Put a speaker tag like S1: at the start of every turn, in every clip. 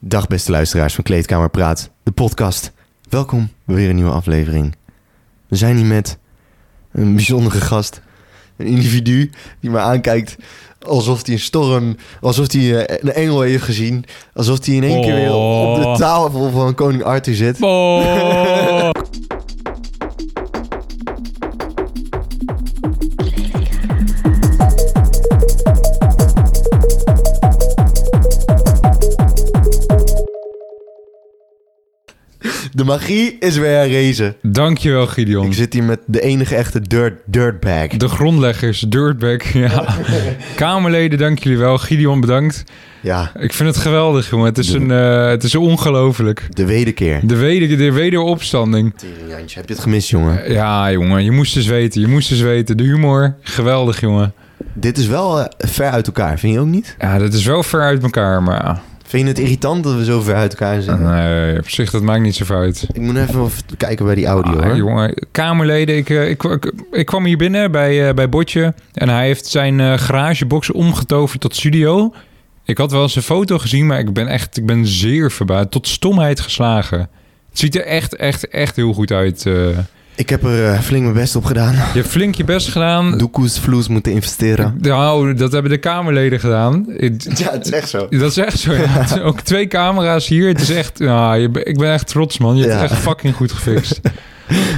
S1: Dag beste luisteraars van Kleedkamer Praat, de podcast. Welkom bij weer een nieuwe aflevering. We zijn hier met een bijzondere gast. Een individu die me aankijkt alsof hij een storm, alsof hij eh, een engel heeft gezien. Alsof hij in één keer weer op de
S2: Oh.
S1: tafel van koning Arthur zit.
S2: Oh.
S1: De magie is weer herrezen.
S2: Dankjewel,
S1: Ik
S2: Gideon.
S1: zit hier met de enige echte dirt, dirtbag.
S2: De grondleggers, Dirtbag, ja. Kamerleden, dank jullie wel. Gideon, bedankt.
S1: Ja,
S2: Ik vind het geweldig, jongen. Het is, een, eh, het is ongelooflijk.
S1: de wederkeer.
S2: De, weder, de wederopstanding.
S1: Teringlijntje, Heb je het gemist, jongen?
S2: Ja, jongen, je moest eens weten. Je moest eens weten. De humor, geweldig, jongen.
S1: Dit is wel eh, ver uit elkaar, vind je ook niet?
S2: Ja, dat is wel ver uit elkaar, maar... ja.
S1: Vind je het irritant dat we zo ver uit elkaar zitten?
S2: Nee, op zich, dat maakt niet zoveel uit.
S1: Ik moet even of- kijken bij die audio,
S2: Ah,
S1: hoor.
S2: jongen, Kamerleden, ik, eh, ik, ik, ik kwam hier binnen bij, eh, bij Botje en hij heeft zijn eh, garagebox omgetoverd tot studio. Ik had wel eens een foto gezien, maar ik ben echt ik ben zeer verbaasd. Tot stomheid geslagen. Het ziet er echt, echt, echt heel goed uit. eh.
S1: Ik heb er eh, flink mijn best op gedaan.
S2: Je hebt flink je best gedaan.
S1: Doekoes vloes moeten investeren.
S2: Nou, dat hebben de Kamerleden gedaan. Ik-
S1: Ja, het is echt zo.
S2: Dat is echt zo. ja. Het zijn Ook twee camera's hier. Het is echt. Nou, je, ben- ik ben echt trots, man. Je hebt
S1: Ja.
S2: het echt fucking goed gefixt.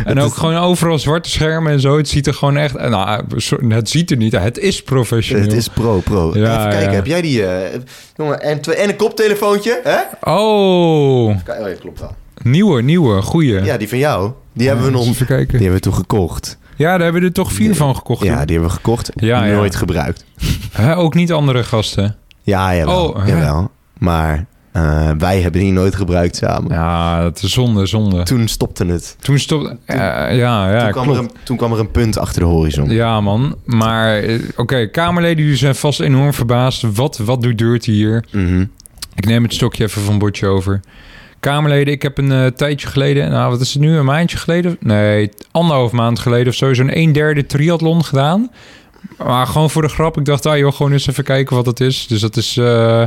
S2: en ook gewoon overal zwarte schermen en zo. Het ziet er gewoon echt. Nou, zo- het ziet er niet. uit. Het is professioneel.
S1: Het is pro, pro.
S2: Ja,
S1: even kijken,
S2: ja.
S1: heb jij die... eh, jongen, en, twee, en een koptelefoontje, hè?
S2: Oh,
S1: Ka- Oh, ja, klopt wel.
S2: nieuwe, nieuwe, goeie.
S1: Ja, die van jou. Die hebben we
S2: Eens
S1: nog...
S2: Even
S1: Die
S2: kijken.
S1: hebben we toen gekocht.
S2: Ja, daar hebben we er toch vier van gekocht.
S1: Ja, die hebben we gekocht.
S2: Ja, ja.
S1: nooit gebruikt.
S2: Hè, ook niet andere gasten.
S1: Ja, jawel.
S2: Oh, hè.
S1: jawel. Maar eh, wij hebben die nooit gebruikt samen.
S2: Ja, dat is zonde, zonde.
S1: Toen stopte het.
S2: Toen stopte. ja, ja, ja,
S1: toen, kwam
S2: klopt.
S1: er een, toen kwam er een punt achter de horizon.
S2: Ja, man. Maar eh, oké, Kamerleden jullie zijn vast enorm verbaasd. Wat, wat doet Dirty hier?
S1: Mhm.
S2: Ik neem het stokje even van Botje over. Kamerleden, ik heb een eh, tijdje geleden... Nou, wat is het nu? Een maandje geleden? Nee, anderhalf maand geleden of zo... zo'n een derde triathlon gedaan. Maar gewoon voor de grap. Ik dacht, ah joh, gewoon eens even kijken wat dat is. Dus dat is... eh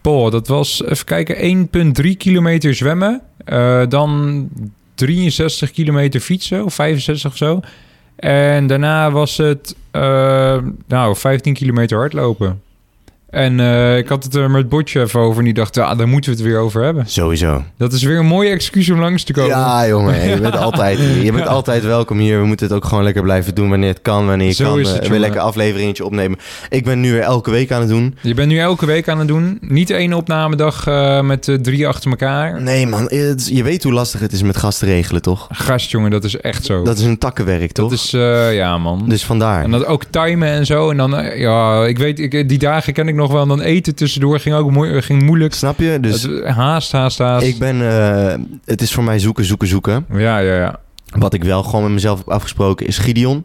S2: Paul, dat was, even kijken, 1,3 kilometer zwemmen. eh, dan 63 kilometer fietsen, of 65 of zo. En daarna was het, eh, nou, 15 kilometer hardlopen. En eh, ik had het er met Botje even over. En die dacht, ah, daar moeten we het weer over hebben.
S1: Sowieso.
S2: Dat is weer een mooie excuus om langs te komen.
S1: Ja, jongen, je bent, altijd, je bent altijd welkom hier. We moeten het ook gewoon lekker blijven doen wanneer het kan, wanneer je
S2: Zo
S1: kan.
S2: is
S1: eh,
S2: het,
S1: weer
S2: jongen.
S1: lekker afleveringetje opnemen. Ik ben nu weer elke week aan het doen.
S2: Je bent nu elke week aan het doen. Niet één opnamedag eh, met eh, drie achter elkaar.
S1: Nee, man, het- je weet hoe lastig het is met gasten regelen, toch?
S2: Gast, jongen, dat is echt zo.
S1: Dat is een takkenwerk, toch?
S2: Oh. Dat is, eh, ja, man.
S1: Dus vandaar.
S2: En dat ook timen en zo. En dan, eh, ja, ik weet, ik, die dagen ken ik nog wel. En dan eten tussendoor ging ook moe- ging moeilijk.
S1: Snap je? Dus
S2: Het- eh, haast, haast, haast.
S1: ik ben, eh, het is voor mij zoeken, zoeken, zoeken.
S2: Ja, ja, ja.
S1: Wat ik wel gewoon met mezelf heb afgesproken is Gideon.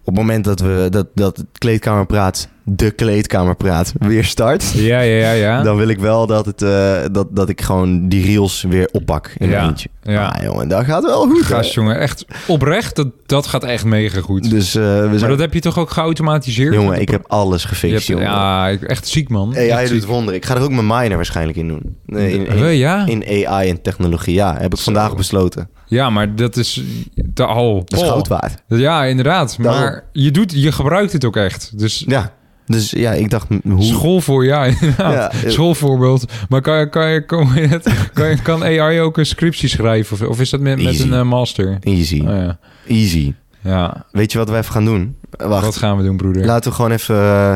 S1: Op het moment dat we dat, dat het kleedkamerpraat, de kleedkamerpraat, weer start.
S2: Ja, ja, ja, ja.
S1: Dan wil ik wel dat, het, eh, dat, dat ik gewoon die reels weer oppak in mijn
S2: Ja,
S1: eentje.
S2: ja.
S1: Ah, jongen, dat gaat wel goed. hè?
S2: Gast, jongen, echt oprecht, dat, dat gaat echt mega goed.
S1: Dus eh, we
S2: Maar
S1: zijn...
S2: dat heb je toch ook geautomatiseerd?
S1: Jongen, ik heb alles
S2: Je
S1: gefixt,
S2: hebt-
S1: jongen.
S2: Ja, ik- echt ziek, man.
S1: AI
S2: Echt
S1: doet
S2: ziek.
S1: wonderen. Ik ga er ook mijn minor waarschijnlijk in doen. Nee, in, in,
S2: Eh, ja.
S1: in AI en technologie, ja. Heb ik
S2: Zo.
S1: vandaag besloten.
S2: ja, maar dat is... De, al.
S1: Dat is goud waard.
S2: Ja, inderdaad.
S1: Daarom.
S2: Maar je, doet, je gebruikt het ook echt. Dus
S1: Ja, dus ja, ik dacht, m- hoe...
S2: School voor, ja, inderdaad.
S1: Ja, eh.
S2: Schoolvoorbeeld. Maar kan, je- kan, je- kan, je het- kan, je- kan AI ook een scriptie schrijven? Of, of is dat met, met
S1: Easy.
S2: een eh, master?
S1: Easy,
S2: Oh, ja.
S1: easy.
S2: ja,
S1: Weet je wat we even gaan doen? Eh, Wacht,
S2: wat gaan we doen, broeder?
S1: laten we gewoon even... eh,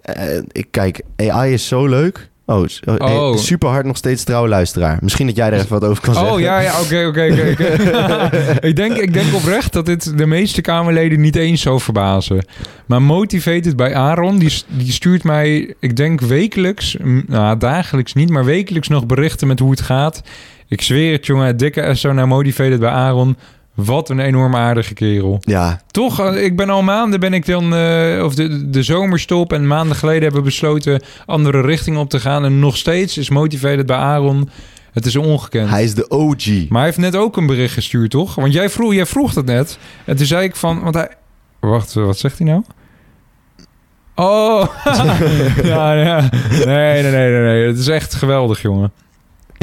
S1: eh, ik kijk, AI is zo leuk. Oh, s- eh,
S2: Oh.
S1: super hard nog steeds trouw luisteraar. Misschien dat jij er even wat over kan zeggen.
S2: Oh ja, ja, oké, oké, oké, oké. ik, denk, ik denk oprecht dat dit de meeste Kamerleden niet eens zou verbazen. Maar Motivated bij Aaron, die, s- die stuurt mij, ik denk wekelijks, m, nou dagelijks niet, maar wekelijks nog berichten met hoe het gaat. Ik zweer het, jongen, dikke SO naar Motivated bij Aaron. Wat een enorm aardige kerel.
S1: Ja,
S2: Toch, eh, ik ben al maanden ben ik dan, eh, of de, de zomerstop en maanden geleden hebben we besloten andere richting op te gaan. En nog steeds is Motivated bij Aaron, het is ongekend.
S1: hij is de OG.
S2: Maar hij heeft net ook een bericht gestuurd, toch? Want jij vroeg, eh, jij vroeg dat net. En toen zei ik van... Want hij... Wacht, wat zegt hij nou? Oh, ja, ja. Nee, nee, nee, nee, nee. Het is echt geweldig, jongen.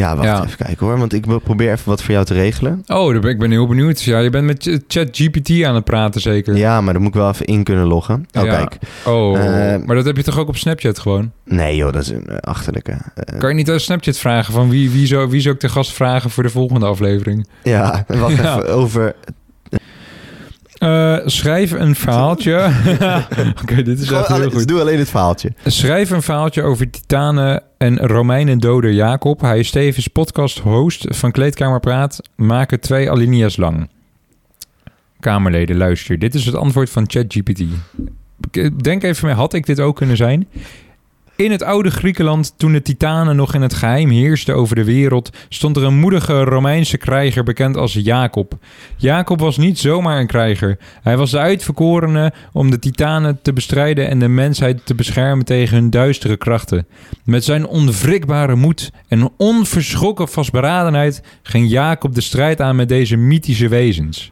S1: Ja, wacht
S2: Ja.
S1: even kijken hoor. Want ik wil- probeer even wat voor jou te regelen.
S2: Oh, daar ben- ik ben heel benieuwd. Ja, je bent met ChatGPT aan het praten, zeker?
S1: Ja, maar dan moet ik wel even in kunnen loggen. Oh,
S2: Ja.
S1: kijk.
S2: Oh,
S1: Eh,
S2: maar dat heb je toch ook op Snapchat gewoon?
S1: Nee joh, dat is een eh, achterlijke. Eh,
S2: Kan je niet op Snapchat vragen van wie, wie, zou, wie zou ik te gast vragen voor de volgende aflevering?
S1: ja, wacht
S2: Ja.
S1: even. Over...
S2: Eh, schrijf een verhaaltje. Oké, dit is
S1: Gewoon
S2: echt heel
S1: alleen-
S2: goed.
S1: doe alleen het verhaaltje.
S2: Schrijf een verhaaltje over titanen en Romeinen doder Jacob. Hij is tevens podcast-host van Kleedkamer Praat. Maak het twee alinea's lang. Kamerleden, luister. Dit is het antwoord van ChatGPT. Ik- eh, Denk even mee, had ik dit ook kunnen zijn? In het oude Griekenland, toen de titanen nog in het geheim heersten over de wereld, stond er een moedige Romeinse krijger bekend als Jacob. Jacob was niet zomaar een krijger. Hij was de uitverkorene om de titanen te bestrijden en de mensheid te beschermen tegen hun duistere krachten. Met zijn onwrikbare moed en onverschrokken vastberadenheid ging Jacob de strijd aan met deze mythische wezens.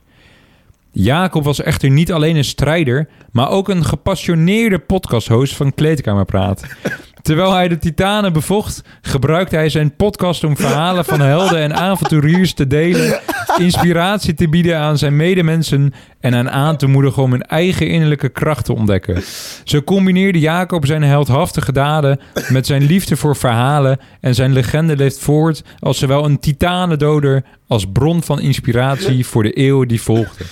S2: Jacob was echter niet alleen een strijder, maar ook een gepassioneerde podcasthost van Kleedkamerpraat. Terwijl hij de titanen bevocht, gebruikte hij zijn podcast om verhalen van helden en avonturiers te delen, inspiratie te bieden aan zijn medemensen en hen aan te moedigen om hun eigen innerlijke kracht te ontdekken. Zo combineerde Jacob zijn heldhaftige daden met zijn liefde voor verhalen en zijn legende leeft voort als zowel een titanendoder als bron van inspiratie voor de eeuwen die volgden.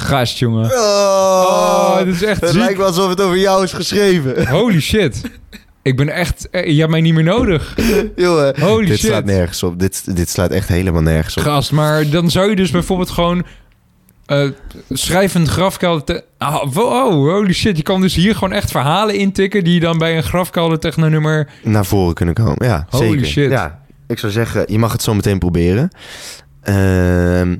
S2: Gast, jongen. Oh, dit is echt
S1: het
S2: ziek.
S1: lijkt wel alsof het over jou is geschreven.
S2: Holy shit. Ik ben echt... eh, Je hebt mij niet meer nodig.
S1: Jongen,
S2: Holy
S1: dit
S2: shit.
S1: slaat nergens op. Dit, dit slaat echt helemaal nergens op.
S2: Gast, maar dan zou je dus bijvoorbeeld gewoon... eh schrijf een grafkelder... Te... Ah, wow, holy shit. Je kan dus hier gewoon echt verhalen intikken... die je dan bij een grafkelder technonummer...
S1: Naar voren kunnen komen. Ja,
S2: Holy
S1: zeker.
S2: shit.
S1: Ja, ik zou zeggen, je mag het zo meteen proberen. Ehm,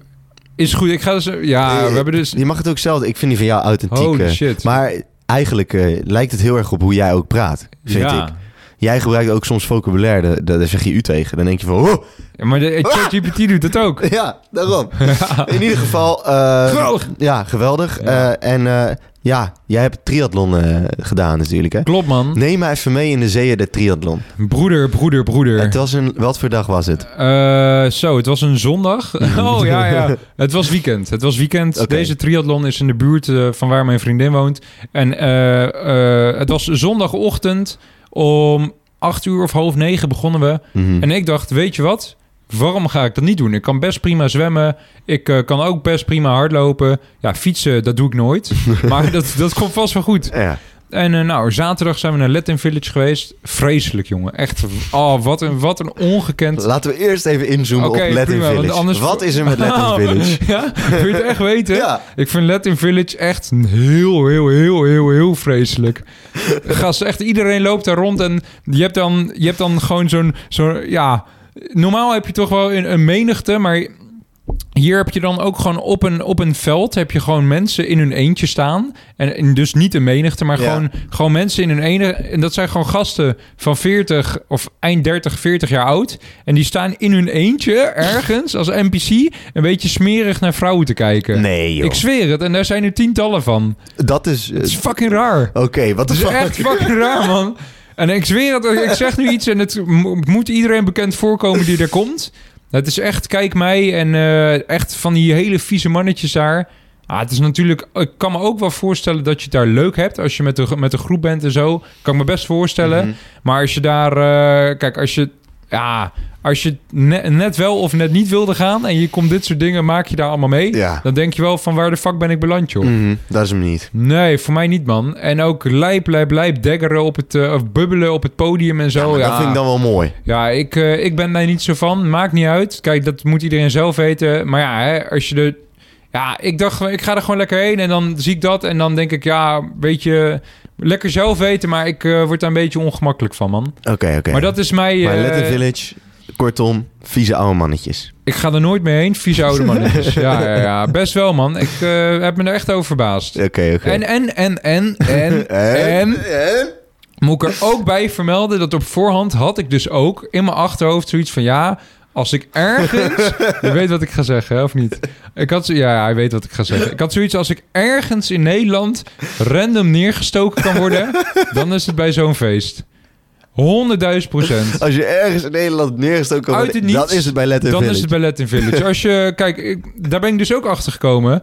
S2: Is goed, ik ga dus... Ja, we hebben dus...
S1: Je mag het ook zelf. Ik vind die van jou authentiek.
S2: Holy
S1: eh.
S2: shit.
S1: Maar eigenlijk eh, lijkt het heel erg op hoe jij ook praat, vind
S2: ja.
S1: ik. Jij gebruikt ook soms vocabulaire, daar- daar, daar zeg je u tegen. Dan denk je van, oh,
S2: Ja, Maar de eh, ChatGPT doet dat ook.
S1: ja, daarom. In ieder geval... eh,
S2: Geweldig.
S1: Ja, geweldig.
S2: Ja.
S1: Eh, en eh, ja, jij hebt triathlon eh, gedaan natuurlijk, hè?
S2: Klopt, man.
S1: Neem mij even mee in de zeeën der triathlon.
S2: Broeder, broeder, broeder.
S1: Het was een... Wat voor dag was het?
S2: Eh, zo, het was een zondag. Oh ja, ja. Het was weekend. Het was weekend.
S1: Oké.
S2: Deze triathlon is in de buurt eh, van waar mijn vriendin woont. En eh, eh, het was zondagochtend om acht uur of half negen begonnen we.
S1: Mhm.
S2: En ik dacht, weet je wat? Waarom ga ik dat niet doen? Ik kan best prima zwemmen. Ik eh, kan ook best prima hardlopen. Ja, fietsen, dat doe ik nooit. maar dat, dat komt vast wel goed.
S1: Ja.
S2: En eh, nou, zaterdag zijn we naar Latin Village geweest. Vreselijk, jongen. Echt, oh, wat een, wat een ongekend...
S1: Laten we eerst even inzoomen
S2: Oké,
S1: op Latin
S2: prima, want
S1: Village.
S2: anders-
S1: Wat is er met Latin
S2: Oh,
S1: Village?
S2: Ja? Wil je het echt weten?
S1: Ja.
S2: Ik vind Latin Village echt heel, heel, heel, heel, heel vreselijk. Gast, echt iedereen loopt daar rond en je hebt dan, je hebt dan gewoon zo'n... Zo ja, normaal heb je toch wel een, een menigte, maar... Hier heb je dan ook gewoon op een, op een veld heb je gewoon mensen in hun eentje staan. En, en dus niet een menigte, maar
S1: Ja.
S2: gewoon, gewoon mensen in hun ene. En dat zijn gewoon gasten van 40 of eind 30, 40 jaar oud. En die staan in hun eentje ergens als NPC een beetje smerig naar vrouwen te kijken.
S1: Nee, joh.
S2: Ik zweer het, en daar zijn er tientallen van.
S1: Dat is... eh,
S2: Het is fucking raar.
S1: Oké, wat
S2: Het is
S1: is
S2: echt fucking raar, man. En ik zweer het, ik zeg nu iets en het mo- moet iedereen bekend voorkomen die er komt. Het is echt, kijk mij en eh, echt van die hele vieze mannetjes daar. Ah, het is natuurlijk, ik kan me ook wel voorstellen dat je het daar leuk hebt als je met de, met de groep bent en zo. Kan ik me best voorstellen.
S1: Mhm.
S2: Maar als je daar, eh, kijk, als je, ja, als je ne- net wel of net niet wilde gaan en je komt dit soort dingen, maak je daar allemaal mee.
S1: Ja.
S2: Dan denk je wel van waar de fuck ben ik beland, joh.
S1: Mhm, dat is hem niet.
S2: Nee, voor mij niet, man. En ook lijp, lijp, lijp deggeren op het, eh, of bubbelen op het podium en zo.
S1: Maar
S2: Oh, Ja,
S1: Dat vind ik dan wel mooi.
S2: ja ik, eh, ik ben daar niet zo van. Maakt niet uit. Kijk, dat moet iedereen zelf weten. Maar ja, hè, als je de... Ja, ik dacht, ik ga er gewoon lekker heen en dan zie ik dat. En dan denk ik, ja, weet je, lekker zelf weten. Maar ik eh, word daar een beetje ongemakkelijk van, man.
S1: Oké, oké.
S2: Maar dat is mij...
S1: Maar
S2: eh,
S1: Latin Village, kortom, vieze oude mannetjes.
S2: ik ga er nooit mee heen, vieze oude mannetjes. ja, ja, ja, best wel, man. Ik eh, heb me er echt over verbaasd.
S1: Oké, oké.
S2: En, en, en, en, en, en...
S1: En? En?
S2: Moet ik er ook bij vermelden dat op voorhand had ik dus ook in mijn achterhoofd zoiets van ja. Als ik ergens... je weet wat ik ga zeggen, hè, of niet? Ik had, zo- ja, hij weet wat ik ga zeggen. Ik had zoiets als ik ergens in Nederland random neergestoken kan worden... dan is het bij zo'n feest. 100.000 procent.
S1: Als je ergens in Nederland neergestoken kan
S2: Uit
S1: worden,
S2: het niets,
S1: dan is het bij Let
S2: Dan
S1: Village.
S2: is het bij Latin Village. Als je, kijk, ik- daar ben ik dus ook achter gekomen.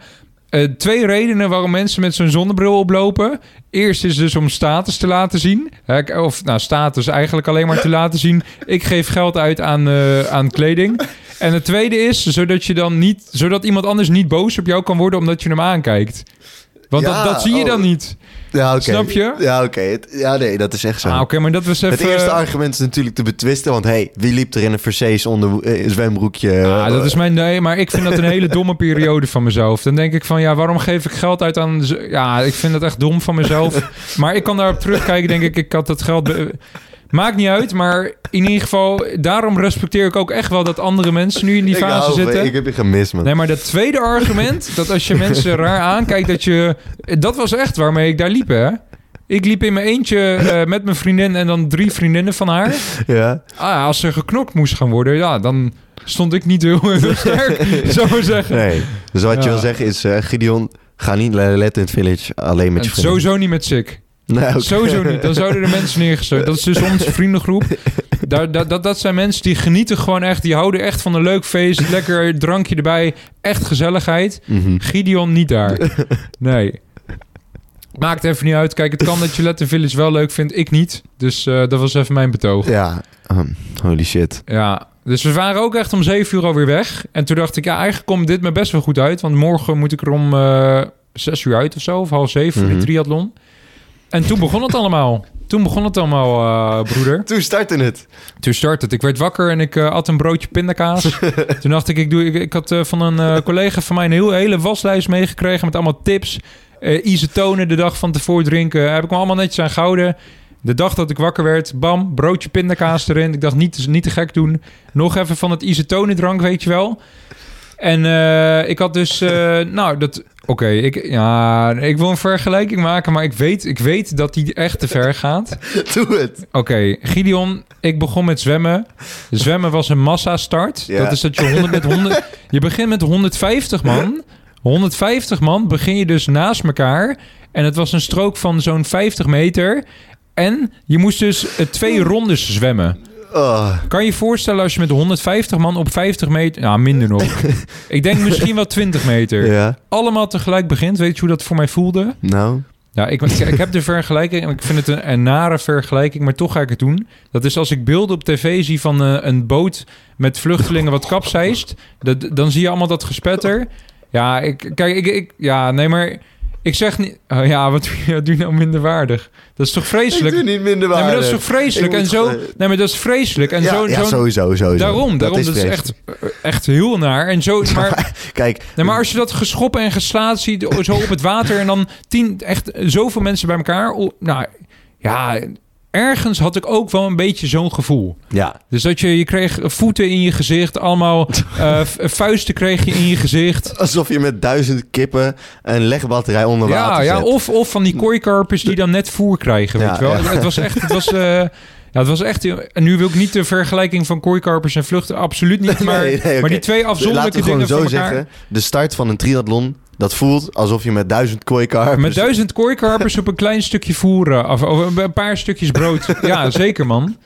S2: Eh, twee redenen waarom mensen met zo'n zonnebril oplopen. Eerst is dus om status te laten zien. Hè, k- Of nou, status eigenlijk alleen maar te laten zien. Ik geef geld uit aan, eh, aan kleding. En het tweede is zodat, je dan niet, zodat iemand anders niet boos op jou kan worden omdat je hem aankijkt. Want
S1: Ja,
S2: dat, dat zie je
S1: oh.
S2: dan niet.
S1: ja, oké.
S2: Snap je?
S1: Ja, oké. Het- Ja, nee, dat is echt zo.
S2: Ah, Oké, maar dat was even... eh,
S1: Het eerste argument is natuurlijk te betwisten, want hey, wie liep er in een Versace onder eh, zwembroekje? eh,
S2: Ah, dat is mijn nee, maar ik vind dat een hele domme periode van mezelf. Dan denk ik van ja, waarom geef ik geld uit aan. z- Ja, ik vind dat echt dom van mezelf. Maar ik kan daarop terugkijken, denk ik, ik had dat geld. be- Maakt niet uit, maar in ieder geval, daarom respecteer ik ook echt wel dat andere mensen nu in die
S1: Ik
S2: fase
S1: hou van-
S2: zitten.
S1: Ik heb je gemist, man.
S2: Nee, maar dat tweede argument, dat als je mensen raar aankijkt, dat je. Dat was echt waarmee ik daar liep, hè? Ik liep in mijn eentje eh, met mijn vriendin en dan drie vriendinnen van haar.
S1: Ja.
S2: Ah, ja, als er geknokt moest gaan worden, ja, dan stond ik niet heel heel sterk, zou ik maar zeggen.
S1: Nee. Dus wat je
S2: Ja.
S1: wil zeggen is, eh, Gideon, ga niet naar Let in het Village alleen met je
S2: En
S1: vrienden.
S2: sowieso niet met sick.
S1: Nee, oké.
S2: Sowieso niet. Dan zouden er mensen neergestoken. Dat is dus onze vriendengroep. Daar, dat, dat, dat zijn mensen die genieten gewoon echt. Die houden echt van een leuk feest. Lekker drankje erbij. Echt gezelligheid.
S1: Mhm.
S2: Gideon niet daar. Nee. Maakt even niet uit. Kijk, het kan dat je Letter Village wel leuk vindt. Ik niet. Dus eh, dat was even mijn betoog.
S1: Ja. Ehm, holy shit.
S2: Ja, dus we waren ook echt om zeven uur alweer weg. En toen dacht ik, ja, eigenlijk komt dit me best wel goed uit. Want morgen moet ik er om eh, zes uur uit of zo. Of half zeven voor
S1: Mhm.
S2: de triathlon. En toen begon het allemaal. Toen begon het allemaal, eh, broeder.
S1: Toen startte het.
S2: Toen startte het. Ik werd wakker en ik eh, at een broodje pindakaas. toen dacht ik, ik, doe, ik, ik had eh, van een eh, collega van mij een heel, hele waslijst meegekregen... met allemaal tips. Eh isotonen de dag van tevoren drinken. Heb ik me allemaal netjes aan gehouden. De dag dat ik wakker werd, bam, broodje pindakaas erin. Ik dacht, niet, niet te gek doen. Nog even van het isotonendrank, weet je wel. En eh, ik had dus, eh, nou, dat... Oké, ik, ja, ik wil een vergelijking maken, maar ik weet, ik weet dat die echt te ver gaat.
S1: Doe het.
S2: Oké, Gideon, ik begon met zwemmen. Zwemmen was een massastart.
S1: Ja.
S2: Dat is dat je 100 met 100... Je begint met 150 man. 150 man begin je dus naast elkaar. En het was een strook van zo'n 50 meter. En je moest dus eh, twee rondes zwemmen.
S1: Oh.
S2: Kan je je voorstellen als je met 150 man op 50 meter... Nou, minder nog. Ik denk misschien wel 20 meter.
S1: Ja.
S2: Allemaal tegelijk begint. Weet je hoe dat voor mij voelde?
S1: Nou.
S2: Ja, ik, ik, ik heb de vergelijking en ik vind het een, een nare vergelijking, maar toch ga ik het doen. Dat is als ik beelden op tv zie van eh, een boot met vluchtelingen wat kapseist, dat, dan zie je allemaal dat gespetter. Ja, ik, kijk, ik, ik, ja, nee, maar ik zeg niet, oh ja, wat doe je- wat doe je nou minderwaardig? Dat is toch
S1: Ik
S2: vreselijk?
S1: doe niet minder
S2: nee, maar dat
S1: waardig.
S2: is toch vreselijk?
S1: Ik
S2: En
S1: moet
S2: zo,
S1: gewoon-
S2: nee, maar dat is vreselijk. En
S1: ja,
S2: zo,
S1: ja,
S2: zo-
S1: sowieso, sowieso.
S2: daarom, daarom, dat is,
S1: terecht.
S2: echt, echt heel naar. En zo, maar
S1: Kijk,
S2: Nee, maar als je dat geschoppen en geslaat ziet, o- zo op het water en dan tien, echt zoveel mensen bij elkaar. o- Nou ja, ergens had ik ook wel een beetje zo'n gevoel.
S1: ja.
S2: Dus dat je, je kreeg voeten in je gezicht, allemaal eh, v- vuisten kreeg je in je gezicht.
S1: Alsof je met duizend kippen een legbatterij onder
S2: Ja,
S1: water
S2: ja
S1: zet.
S2: of, of van die kooikarpers die dan net voer krijgen, weet
S1: Ja,
S2: je wel.
S1: ja.
S2: Het was echt... Het was, eh, ja, het was echt... En nu wil ik niet de vergelijking van kooikarpers en vluchten, absoluut niet. Maar,
S1: Nee, nee, oké.
S2: maar die twee
S1: Laten
S2: afzonderlijke
S1: we gewoon
S2: dingen
S1: zo
S2: van elkaar...
S1: zeggen. De start van een triathlon, dat voelt alsof je met duizend kooikarpers...
S2: Met duizend kooikarpers op een klein stukje voeren. Of, of een paar stukjes brood. Ja, zeker, man.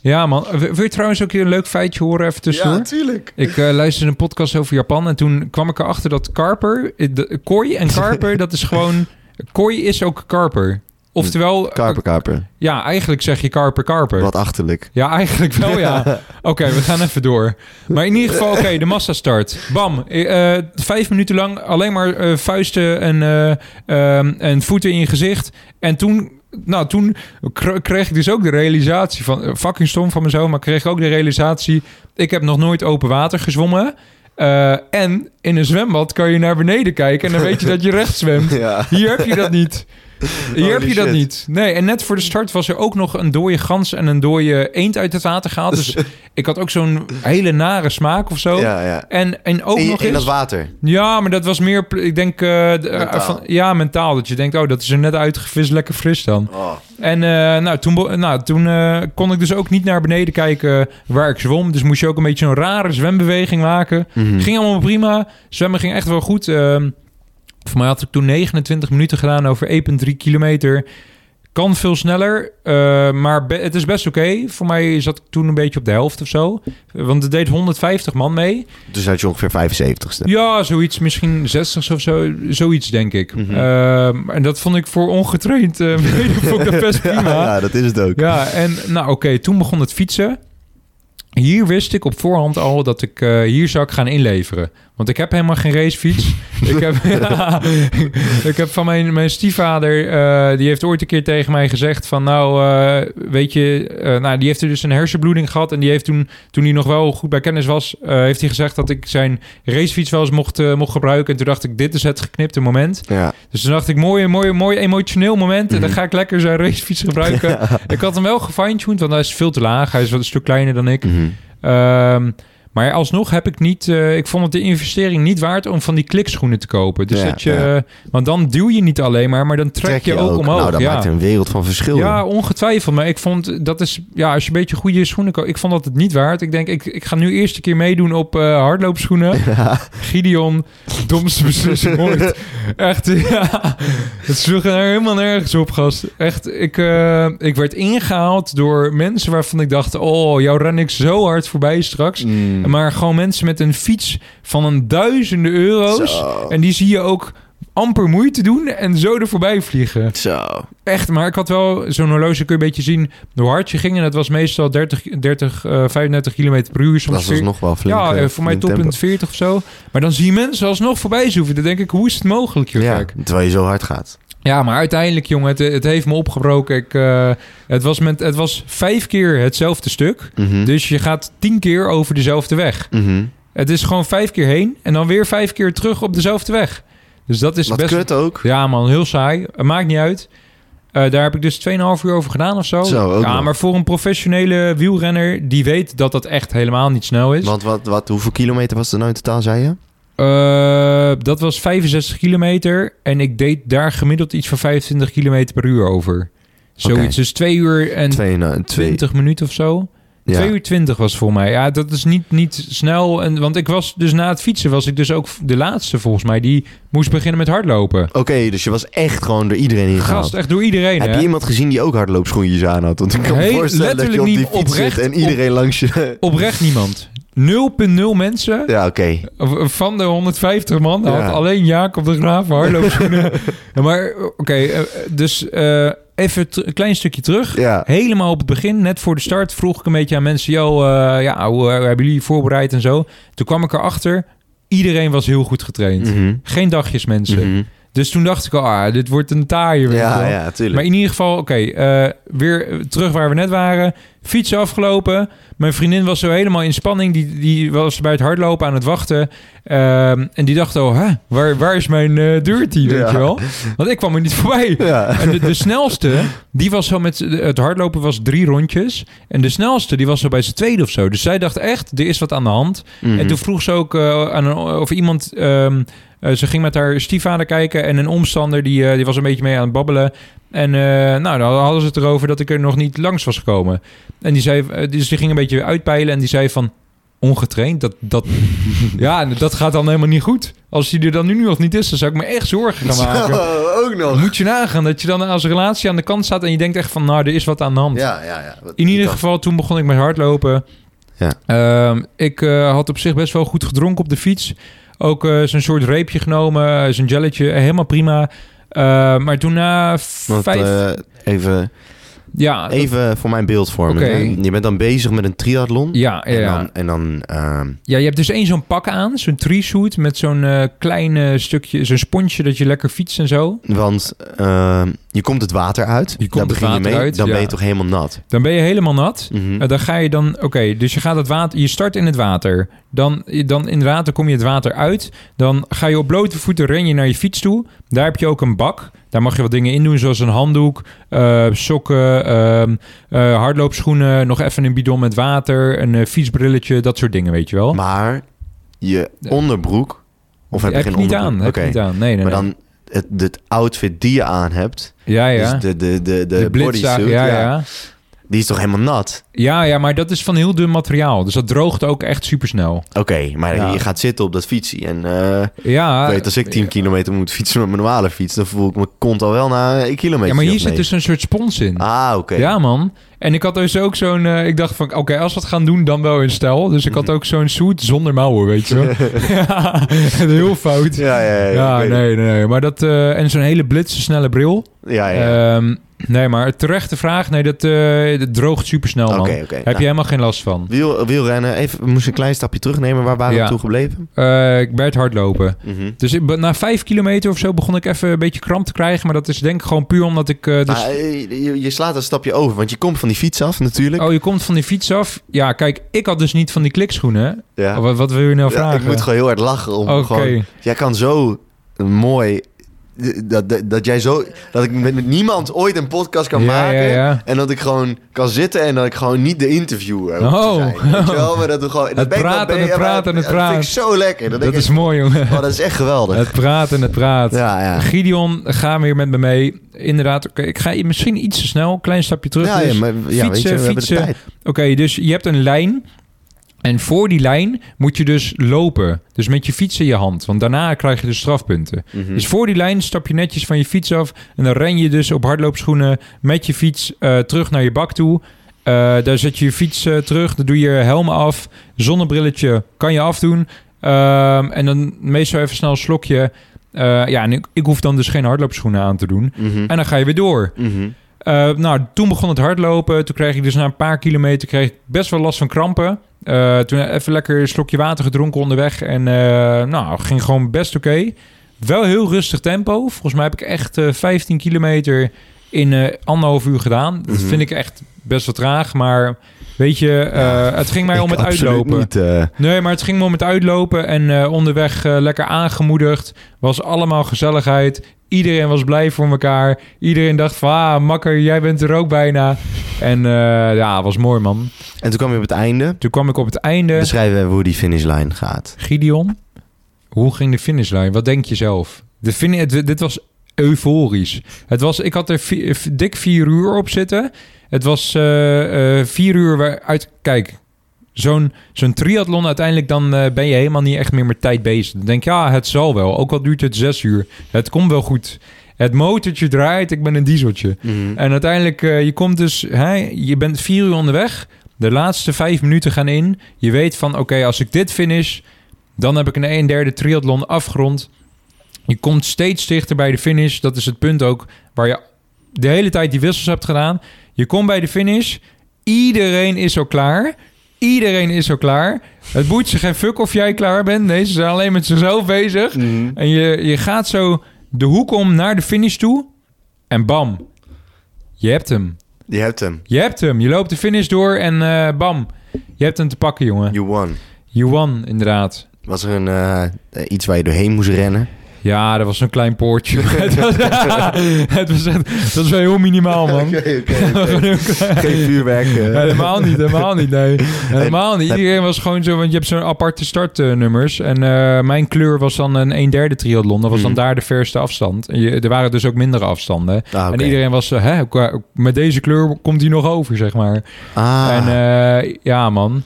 S2: Ja, man. W- Wil je trouwens ook een leuk feitje horen even tussendoor?
S1: Ja, tuurlijk.
S2: ik eh, luisterde een podcast over Japan en toen kwam ik erachter dat karper... eh, de- Kooi en karper, dat is gewoon... Kooi is ook karper. Oftewel... eh,
S1: Karper, karper.
S2: Ja, eigenlijk zeg je karper, karper.
S1: Wat achterlijk.
S2: Ja, eigenlijk wel, ja. Oké, we gaan even door. Maar in ieder geval, oké, de massa start. Bam. Eh, eh, vijf minuten lang alleen maar eh, vuisten en, eh, ehm, en voeten in je gezicht. En toen, nou, toen kr- kreeg ik dus ook de realisatie van... eh, fucking stom van mezelf, maar kreeg ik ook de realisatie... Ik heb nog nooit open water gezwommen. Eh, en in een zwembad kan je naar beneden kijken en dan weet je dat je rechts zwemt.
S1: Ja.
S2: Hier heb je dat niet. Hier heb je
S1: Holy
S2: dat
S1: shit.
S2: niet. Nee, en net voor de start was er ook nog een dode gans en een dode eend uit het water gehaald. Dus ik had ook zo'n hele nare smaak of zo.
S1: Ja, ja.
S2: En, en ook
S1: in,
S2: nog
S1: in
S2: eens...
S1: dat water.
S2: Ja, maar dat was meer, pl- ik denk, eh, d- eh,
S1: Mentaal.
S2: van- ja, mentaal. Dat je denkt, oh, dat is er net uitgevist, lekker fris dan.
S1: Oh.
S2: En eh, nou, toen, bo- nou, toen eh, kon ik dus ook niet naar beneden kijken waar ik zwom. Dus moest je ook een beetje een rare zwembeweging maken.
S1: Mhm.
S2: Ging allemaal prima. Zwemmen ging echt wel goed. Ehm voor mij had ik toen 29 minuten gedaan over 1,3 kilometer. Kan veel sneller, eh, maar be- het is best oké. Voor mij zat ik toen een beetje op de helft of zo. Want er deed 150 man mee.
S1: Dus had je ongeveer 75ste.
S2: Ja, zoiets. Misschien 60 of zo. Zoiets, denk ik.
S1: Mhm.
S2: Ehm, en dat vond ik voor ongetraind eh mede vond ik dat best prima.
S1: ja, dat is het ook.
S2: Ja, en nou oké, toen begon het fietsen. Hier wist ik op voorhand al dat ik eh, hier zou ik gaan inleveren. Want ik heb helemaal geen racefiets. ik, heb, ik heb van mijn, mijn stiefvader, eh, die heeft ooit een keer tegen mij gezegd van nou, eh, weet je, eh, nou, die heeft er dus een hersenbloeding gehad. En die heeft toen, toen hij nog wel goed bij kennis was, eh, heeft hij gezegd dat ik zijn racefiets wel eens mocht, eh, mocht gebruiken. En toen dacht ik, dit is het geknipte moment.
S1: Ja.
S2: Dus toen dacht ik, mooi, mooi, mooi emotioneel moment. En dan
S1: Mhm.
S2: ga ik lekker zijn racefiets gebruiken. Ik had hem wel gefine-tuned, want hij is veel te laag. Hij is wel een stuk kleiner dan ik.
S1: Mhm.
S2: Ehm, maar alsnog heb ik niet... eh, ik vond het de investering niet waard om van die klikschoenen te kopen. Dus
S1: Ja,
S2: dat je...
S1: ja.
S2: eh, want dan duw je niet alleen maar, maar dan trek, je, ook, omhoog.
S1: Nou, dat
S2: ja.
S1: maakt een wereld van verschil.
S2: Ja, ongetwijfeld. Maar ik vond dat is, ja, als je een beetje goede schoenen koopt, ik vond dat het niet waard. Ik denk, ik, ik ga nu eerst een keer meedoen op eh, hardloopschoenen. Gideon, domste beslissing ooit. Echt, ja. Het sloeg er helemaal nergens op, gast. Echt, ik, eh, ik werd ingehaald door mensen waarvan ik dacht, oh, jou ren ik zo hard voorbij straks.
S1: Mm.
S2: Maar gewoon mensen met een fiets van een duizenden euro's.
S1: Zo.
S2: En die zie je ook amper moeite doen en zo er voorbij vliegen.
S1: Zo.
S2: Echt, maar ik had wel zo'n horloge, kun je een beetje zien hoe hard je ging. En dat was meestal 30, 30 eh, 35 km per uur. Soms
S1: Dat was
S2: veer-
S1: nog wel flink.
S2: ja,
S1: eh,
S2: eh, voor mij
S1: flink tempo.
S2: toppunt 40 of zo. Maar dan zie je mensen alsnog voorbij zoeven. Dan denk ik, hoe is het mogelijk, joh?
S1: Ja,
S2: gek?
S1: terwijl je zo hard gaat.
S2: ja maar uiteindelijk, jongen, het, het heeft me opgebroken. Ik, eh, het, was met, het was vijf keer hetzelfde stuk.
S1: Mhm.
S2: Dus je gaat tien keer over dezelfde weg.
S1: Mhm.
S2: Het is gewoon vijf keer heen en dan weer vijf keer terug op dezelfde weg. Dus dat is
S1: Wat
S2: best
S1: kut ook.
S2: ja, man, heel saai. Eh, Maakt niet uit. Eh, daar heb ik dus 2,5 uur over gedaan of zo.
S1: Zo, ook
S2: ja,
S1: nog.
S2: maar voor een professionele wielrenner die weet dat dat echt helemaal niet snel is.
S1: Want wat, wat, hoeveel kilometer was er nou in totaal, zei je?
S2: Eh, dat was 65 kilometer en ik deed daar gemiddeld iets van 25 kilometer per uur over. Zoiets,
S1: Oké.
S2: dus 2 uur en
S1: Twee, nou, twee.
S2: 20 minuten of zo.
S1: Ja.
S2: 2 uur 20 was voor mij. Ja, dat is niet, niet snel. En, want ik was dus na het fietsen was ik dus ook de laatste volgens mij. Die moest beginnen met hardlopen.
S1: Oké, dus je was echt gewoon door iedereen ingehaald.
S2: Gast, echt door iedereen.
S1: Heb
S2: hè?
S1: je iemand gezien die ook hardloopschoentjes aan had? Want ik kan me
S2: Heel-
S1: voorstellen dat je op
S2: letterlijk
S1: die
S2: niet
S1: fiets
S2: oprecht
S1: zit en iedereen langs je...
S2: Oprecht niemand. 0,0 mensen
S1: Ja, oké.
S2: v- van de 150 man had
S1: Ja.
S2: alleen Jacob de Graaf hardloopschoenen. Ja, maar eh, oké, eh, dus eh, even t- een klein stukje terug.
S1: Ja.
S2: Helemaal op het begin, net voor de start, vroeg ik een beetje aan mensen... Yo, eh, ja, hoe, eh, hebben jullie je voorbereid en zo? Toen kwam ik erachter, iedereen was heel goed getraind.
S1: Mhm.
S2: Geen dagjes mensen.
S1: Mhm.
S2: Dus toen dacht ik al, ah, dit wordt een taaie. weet je
S1: Ja,
S2: wel.
S1: ja, tuurlijk.
S2: Maar in ieder geval, oké, eh, weer terug waar we net waren. Fietsen afgelopen. Mijn vriendin was zo helemaal in spanning. Die, die was bij het hardlopen aan het wachten. Ehm, en die dacht, oh, hè, waar, waar is mijn eh dirty, weet
S1: Ja.
S2: je wel? Want ik kwam er niet voorbij.
S1: Ja.
S2: En de, de snelste, die was zo met... Het hardlopen was drie rondjes. En de snelste, die was zo bij zijn tweede of zo. Dus zij dacht echt, er is wat aan de hand.
S1: Mhm.
S2: En toen vroeg ze ook eh, aan een, of iemand. ehm, eh, ze ging met haar stiefvader kijken en een omstander die, eh, die was een beetje mee aan het babbelen. En eh, nou, dan hadden ze het erover dat ik er nog niet langs was gekomen. En die zei, eh, dus die ging een beetje uitpeilen en die zei van ongetraind. Dat, dat, ja, dat gaat dan helemaal niet goed. Als die er dan nu nog niet is, dan zou ik me echt zorgen gaan maken.
S1: Zo, Oh, ook nog.
S2: Moet je nagaan dat je dan als relatie aan de kant staat en je denkt echt van, nou, er is wat aan de hand.
S1: Ja, ja, ja. Wat-
S2: In
S1: die
S2: ieder
S1: kan-
S2: geval, toen begon ik met hardlopen.
S1: Ja.
S2: Ehm, ik eh, had op zich best wel goed gedronken op de fiets. Ook eh, zo'n soort reepje genomen, eh, zo'n jelletje, eh, helemaal prima. Eh, maar toen na
S1: Want,
S2: vijf...
S1: eh, even,
S2: ja, dat-
S1: even voor mijn beeldvorming.
S2: Oké.
S1: hè. Je bent dan bezig met een triathlon.
S2: ja, ja,
S1: En
S2: ja.
S1: dan... En dan ehm,
S2: ja, je hebt dus één zo'n pak aan, zo'n trisuit met zo'n eh klein eh, stukje, zo'n sponsje dat je lekker fietst en zo.
S1: want ehm, Je komt het water uit.
S2: Je komt
S1: daar
S2: het
S1: begin je
S2: water
S1: mee.
S2: uit,
S1: dan ben
S2: ja.
S1: je toch helemaal nat.
S2: Dan ben je helemaal nat.
S1: Mhm.
S2: En Nou, dan ga je dan, oké, dus je gaat het water, je start in het water. Dan, dan in het water kom je het water uit. Dan ga je op blote voeten ren je naar je fiets toe. Daar heb je ook een bak. Daar mag je wat dingen in doen, zoals een handdoek, eh, sokken, ehm, eh, hardloopschoenen, nog even een bidon met water, een eh, fietsbrilletje, dat soort dingen, weet je wel.
S1: Maar je onderbroek. Of heb je
S2: heb
S1: geen
S2: je niet aan,
S1: onderbroek?
S2: heb
S1: Oké.
S2: je niet aan. Nee, nee,
S1: Maar
S2: nee.
S1: dan het, het outfit die je aan hebt.
S2: ja, ja.
S1: Dus de, de, de, de,
S2: de blitza,
S1: bodysuit.
S2: ja,
S1: ja,
S2: ja.
S1: Die is toch helemaal nat?
S2: Ja, ja, maar dat is van heel dun materiaal. Dus dat droogt ook echt supersnel.
S1: Oké, maar
S2: Ja. Ah,
S1: je gaat zitten op dat fietsie. En eh,
S2: Ja,
S1: ik weet, als ik 10 kilometer moet fietsen met mijn normale fiets... dan voel ik mijn kont al wel na een kilometer.
S2: ja, maar hier
S1: of
S2: zit
S1: nee.
S2: dus een soort spons in.
S1: Ah, oké.
S2: Ja, man. En ik had dus ook zo'n... eh, ik dacht van, oké, als we het gaan doen, dan wel in stijl. Dus ik had
S1: Mhm.
S2: ook zo'n suit zonder mouwen, weet je wel. ja, heel fout. Ja,
S1: Ja, ja, ja. ik
S2: nee,
S1: weet het.
S2: nee, nee. Maar dat... eh, en zo'n hele blitzersnelle bril.
S1: Ja, ja. ja.
S2: Ehm, nee, maar terechte vraag. Nee, dat, eh, dat droogt supersnel,
S1: Oké,
S2: man.
S1: oké.
S2: Heb
S1: Nou,
S2: je helemaal geen last van.
S1: Wiel, wielrennen, even, we moesten een klein stapje terugnemen. Waar waren
S2: Ja.
S1: we toe gebleven?
S2: Eh, ik ben het hardlopen.
S1: Mhm.
S2: Dus ik, ben- na vijf kilometer of zo begon ik even een beetje kramp te krijgen. Maar dat is denk ik gewoon puur omdat ik... eh, dus-
S1: Maar, eh, je, je slaat een stapje over, want je komt van die fiets af natuurlijk.
S2: oh, je komt van die fiets af. Ja, kijk, ik had dus niet van die klikschoenen.
S1: ja.
S2: Wat, wat wil je nou
S1: Ja,
S2: vragen?
S1: ik moet gewoon heel hard lachen om
S2: Oké.
S1: gewoon... Jij kan zo mooi... Dat, dat, dat jij zo... Dat ik met, met niemand ooit een podcast kan
S2: Ja,
S1: maken...
S2: ja, ja.
S1: En dat ik gewoon kan zitten en dat ik gewoon niet de interviewer hoef
S2: Oh.
S1: te zijn. Weet je wel? Maar dat we gewoon, dat
S2: Het
S1: ben ik wel-
S2: praten,
S1: ben-
S2: het
S1: ja, maar
S2: praten, het
S1: Dat
S2: praten.
S1: vind ik zo lekker. Dan
S2: Dat
S1: denk
S2: is
S1: ik,
S2: mooi, jongen.
S1: oh, dat is echt geweldig.
S2: Het praat en het praat.
S1: ja, ja.
S2: Gideon, ga weer met me mee. Inderdaad, oké, ik ga misschien iets te snel. Klein stapje terug.
S1: ja,
S2: Dus-
S1: ja, maar, ja, weet je, we
S2: fietsen,
S1: hebben de
S2: fietsen.
S1: tijd.
S2: Oké, dus je hebt een lijn. En voor die lijn moet je dus lopen. Dus met je fiets in je hand. Want daarna krijg je dus strafpunten.
S1: Mhm.
S2: Dus voor die lijn stap je netjes van je fiets af. En dan ren je dus op hardloopschoenen met je fiets eh, terug naar je bak toe. Eh, daar zet je je fiets eh, terug. Dan doe je je helm af. Zonnebrilletje kan je afdoen. Ehm, en dan meestal even snel een slokje. Eh, ja, en ik, ik hoef dan dus geen hardloopschoenen aan te doen.
S1: Mhm.
S2: En dan ga je weer door.
S1: Mhm.
S2: Eh, nou, toen begon het hardlopen. Toen kreeg ik dus na een paar kilometer kreeg ik best wel last van krampen. Eh, toen even lekker een slokje water gedronken onderweg. En eh, nou, ging gewoon best oké. Wel heel rustig tempo. Volgens mij heb ik echt eh, 15 kilometer in eh anderhalf uur gedaan. Dat
S1: Mhm.
S2: vind ik echt best wel traag. Maar weet je, eh,
S1: Ja,
S2: het ging mij
S1: Ik
S2: om het
S1: absoluut
S2: uitlopen.
S1: Niet, eh,
S2: Nee, maar het ging me om het uitlopen en eh, onderweg eh, lekker aangemoedigd. Was allemaal gezelligheid. Iedereen was blij voor elkaar. Iedereen dacht van, ah, makker, jij bent er ook bijna. En eh, ja, was mooi, man.
S1: En toen kwam je op het einde.
S2: Toen kwam ik op het einde.
S1: Beschrijven even hoe die finishlijn gaat.
S2: Gideon, hoe ging de finishlijn? Wat denk je zelf? De fin het- dit was euforisch. Het was, ik had er vi- v- dik vier uur op zitten. Het was eh, eh, vier uur waar- uit... Kijk, zo'n zo'n triathlon uiteindelijk... dan eh, ben je helemaal niet echt meer met tijd bezig. Dan denk je, ja, het zal wel. Ook al duurt het zes uur. Het komt wel goed. Het motortje draait, ik ben een dieseltje.
S1: Mhm.
S2: En uiteindelijk, eh, je komt dus, hè, je bent vier uur onderweg. De laatste vijf minuten gaan in. Je weet van, oké, als ik dit finish, dan heb ik een 1 derde triathlon afgerond. Je komt steeds dichter bij de finish. Dat is het punt ook waar je de hele tijd die wissels hebt gedaan. Je komt bij de finish. Iedereen is al klaar. Iedereen is al klaar. Het boeit ze geen fuck of jij klaar bent. Nee, ze zijn alleen met zichzelf bezig.
S1: Mhm.
S2: En je, je gaat zo de hoek om naar de finish toe. En bam. Je hebt hem.
S1: Je hebt hem.
S2: Je hebt hem. Je loopt de finish door en eh, bam. Je hebt hem te pakken, jongen.
S1: You won.
S2: You won, inderdaad.
S1: Was er een, eh, eh, iets waar je doorheen moest rennen?
S2: Ja, dat was zo'n klein poortje. het was, het was, echt- dat was wel heel minimaal, Oh, man.
S1: Oké, oké,
S2: Dat was
S1: oké.
S2: heel klein.
S1: Geen vuurwerk. eh.
S2: Helemaal niet, helemaal niet, nee. Helemaal niet.
S1: nee.
S2: Iedereen was gewoon zo, want je hebt zo'n aparte startnummers. En eh, mijn kleur was dan een 1 derde triathlon. Dat was dan
S1: Mhm.
S2: daar de verste afstand. En je, er waren dus ook mindere afstanden.
S1: Ah, oké.
S2: En iedereen was, eh, hè, qua- met deze kleur komt hij nog over, zeg maar.
S1: Ah.
S2: En eh, ja, man.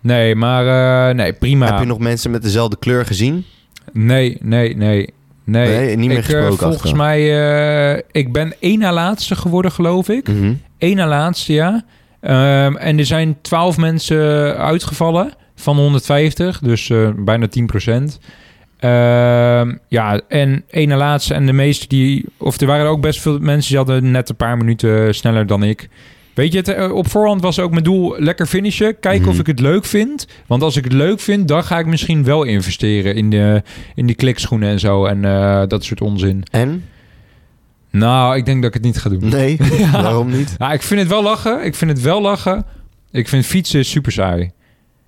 S2: Nee, maar eh, nee, prima.
S1: Heb je nog mensen met dezelfde kleur gezien?
S2: Nee, nee, nee. Nee,
S1: Nee, niet meer
S2: ik, eh,
S1: gesproken
S2: volgens
S1: achteraf.
S2: mij, eh, ik ben één na laatste geworden, geloof ik.
S1: Mhm.
S2: Eén na laatste, ja. Ehm, en er zijn twaalf mensen uitgevallen van 150, dus eh, bijna 10 procent. Ehm, ja, en één na laatste en de meeste die... Of er waren ook best veel mensen die hadden net een paar minuten sneller dan ik. Weet je, het, eh, op voorhand was ook mijn doel lekker finishen. Kijken of
S1: Mhm.
S2: ik het leuk vind. Want als ik het leuk vind, dan ga ik misschien wel investeren in, de, in die klikschoenen en zo. En eh, dat soort onzin.
S1: En?
S2: Nou, ik denk dat ik het niet ga doen.
S1: Nee, waarom niet?
S2: Nou, ik vind het wel lachen. Ik vind het wel lachen. Ik vind fietsen super saai.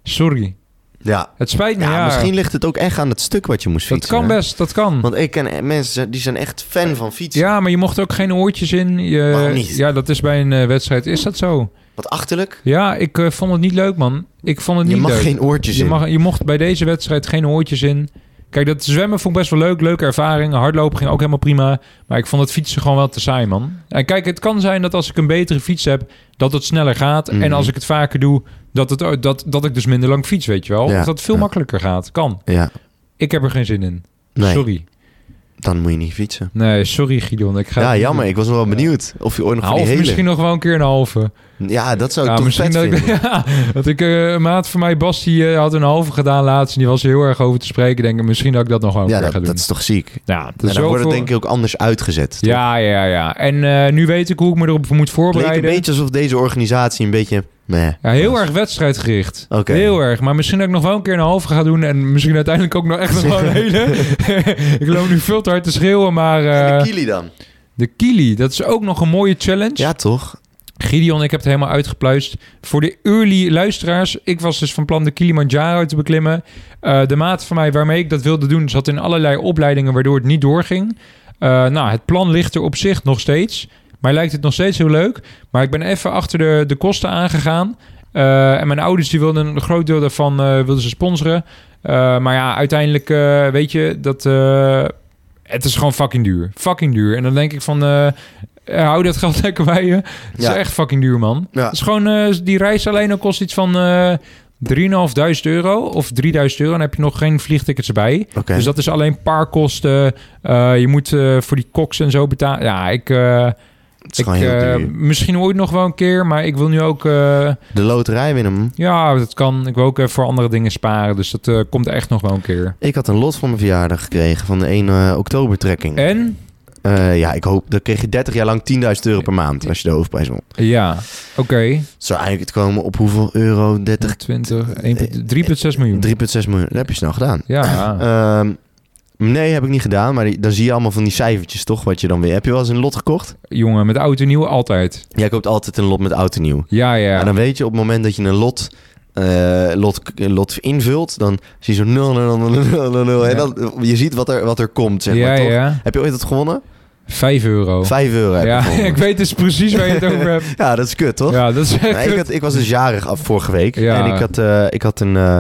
S2: Sorry.
S1: Ja.
S2: Het spijt me.
S1: Ja,
S2: Ja,
S1: misschien ligt het ook echt aan het stuk wat je moest
S2: dat
S1: fietsen.
S2: kan
S1: hè?
S2: best, dat kan.
S1: Want ik ken mensen die zijn echt fan van fietsen.
S2: Ja, maar je mocht ook geen oortjes in. Je,
S1: Waarom niet?
S2: Ja, dat is bij een eh, wedstrijd. Is dat zo?
S1: Wat achterlijk.
S2: Ja, ik eh, vond het niet leuk, man. Ik vond het
S1: Je
S2: niet
S1: mag
S2: leuk.
S1: geen oortjes
S2: je,
S1: in.
S2: mag, je mocht bij deze wedstrijd geen oortjes in. Kijk, dat zwemmen vond ik best wel leuk. Leuke ervaring. Hardlopen ging ook helemaal prima. Maar ik vond het fietsen gewoon wel te saai, man. En kijk, het kan zijn dat als ik een betere fiets heb, dat het sneller gaat.
S1: Mhm.
S2: En als ik het vaker doe, dat, het, ook- dat, dat ik dus minder lang fiets, weet je wel.
S1: Ja,
S2: Of dat het veel
S1: ja.
S2: makkelijker gaat. Kan.
S1: Ja,
S2: Ik heb er geen zin in.
S1: nee,
S2: Sorry.
S1: dan moet je niet fietsen.
S2: Nee, sorry Gideon. Ik ga
S1: Ja,
S2: het niet
S1: jammer.
S2: doen.
S1: Ik was wel benieuwd of je ooit nog van
S2: Nou,
S1: die
S2: of
S1: hele...
S2: misschien nog wel een keer een halve.
S1: Ja, dat zou ik
S2: Ja,
S1: toch vet
S2: dat
S1: vinden.
S2: ik, ja, want ik, eh, een maat van mij, Bas, die eh, had een halve gedaan laatst. En die was er heel erg over te spreken. Ik Denk, misschien dat ik dat nog wel een
S1: Ja,
S2: keer ga
S1: dat,
S2: doen.
S1: dat is toch ziek. En
S2: ja,
S1: dan wordt het denk ik ook anders uitgezet. toch?
S2: Ja, ja, ja. En eh, nu weet ik hoe ik me erop moet
S1: Het leek een
S2: voorbereiden.
S1: beetje alsof deze organisatie een beetje... Meh.
S2: Ja, heel
S1: was.
S2: erg wedstrijdgericht.
S1: Oh, Oké.
S2: Heel erg. Maar misschien dat ik nog wel een keer een halve ga doen. En misschien uiteindelijk ook nog echt nog wel een hele. ik loop nu veel te hard te schreeuwen. Maar
S1: En
S2: eh,
S1: de Kili dan?
S2: de Kili, dat is ook nog een mooie challenge.
S1: Ja, toch?
S2: Gideon, ik heb het helemaal uitgepluist. Voor de early luisteraars, ik was dus van plan de Kilimanjaro te beklimmen. Eh, de maat van mij waarmee ik dat wilde doen, zat in allerlei opleidingen waardoor het niet doorging. Eh, nou, het plan ligt er op zich nog steeds. Mij lijkt het nog steeds heel leuk. Maar ik ben even achter de, de kosten aangegaan. Eh, en mijn ouders die wilden een groot deel daarvan eh, wilden ze sponsoren. Eh, maar ja, uiteindelijk eh, weet je dat. eh, het is gewoon fucking duur. Fucking duur. En dan denk ik van. eh, eh, hou dat geld lekker bij je. Het
S1: Ja.
S2: is echt fucking duur, man.
S1: Ja.
S2: Het is gewoon, eh, die reis alleen al kost iets van eh 3.500 euro of 3.000 euro. Dan heb je nog geen vliegtickets erbij.
S1: Oké.
S2: Dus dat is alleen paarkosten. Eh, je moet eh, voor die koks en zo betalen. Ja, ik, eh,
S1: Het is
S2: ik
S1: gewoon heel
S2: eh,
S1: duur.
S2: misschien ooit nog wel een keer, maar ik wil nu ook... eh,
S1: De loterij winnen. hem.
S2: ja, dat kan. Ik wil ook even voor andere dingen sparen. Dus dat eh, komt echt nog wel een keer.
S1: Ik had een lot voor mijn verjaardag gekregen van de 1 eh, oktobertrekking.
S2: En?
S1: Eh, ja, ik hoop. Dan kreeg je 30 jaar lang 10.000 euro per maand als je de hoofdprijs won.
S2: Ja, oké.
S1: Het zou eigenlijk het komen op hoeveel euro? 30,
S2: 20, 1, 3,6 miljoen.
S1: 3,6 miljoen. Dat heb je snel gedaan.
S2: Ja.
S1: Ehm, nee, heb ik niet gedaan. Maar die- dan zie je allemaal van die cijfertjes toch, wat je dan weer... Heb je wel eens een lot gekocht?
S2: Jongen, met oud en nieuw altijd.
S1: Jij koopt altijd een lot met oud en nieuw.
S2: Ja,
S1: En
S2: ja.
S1: dan weet je op het moment dat je een lot... eh, lot, lot invult, dan zie je zo 0, 0, 0, 0, 0, 0. En
S2: Ja.
S1: dan, je ziet wat er, wat er komt, zeg
S2: Ja,
S1: maar, toch?
S2: ja.
S1: Heb je ooit dat gewonnen?
S2: 5 euro.
S1: 5 euro heb ik
S2: Ja,
S1: gewonnen.
S2: ik weet dus precies waar je het over hebt.
S1: Ja, dat is kut, toch?
S2: Ja, dat is echt
S1: Nee, ik, had, ik was dus jarig af vorige week.
S2: Ja.
S1: En ik had, eh, ik had een. eh,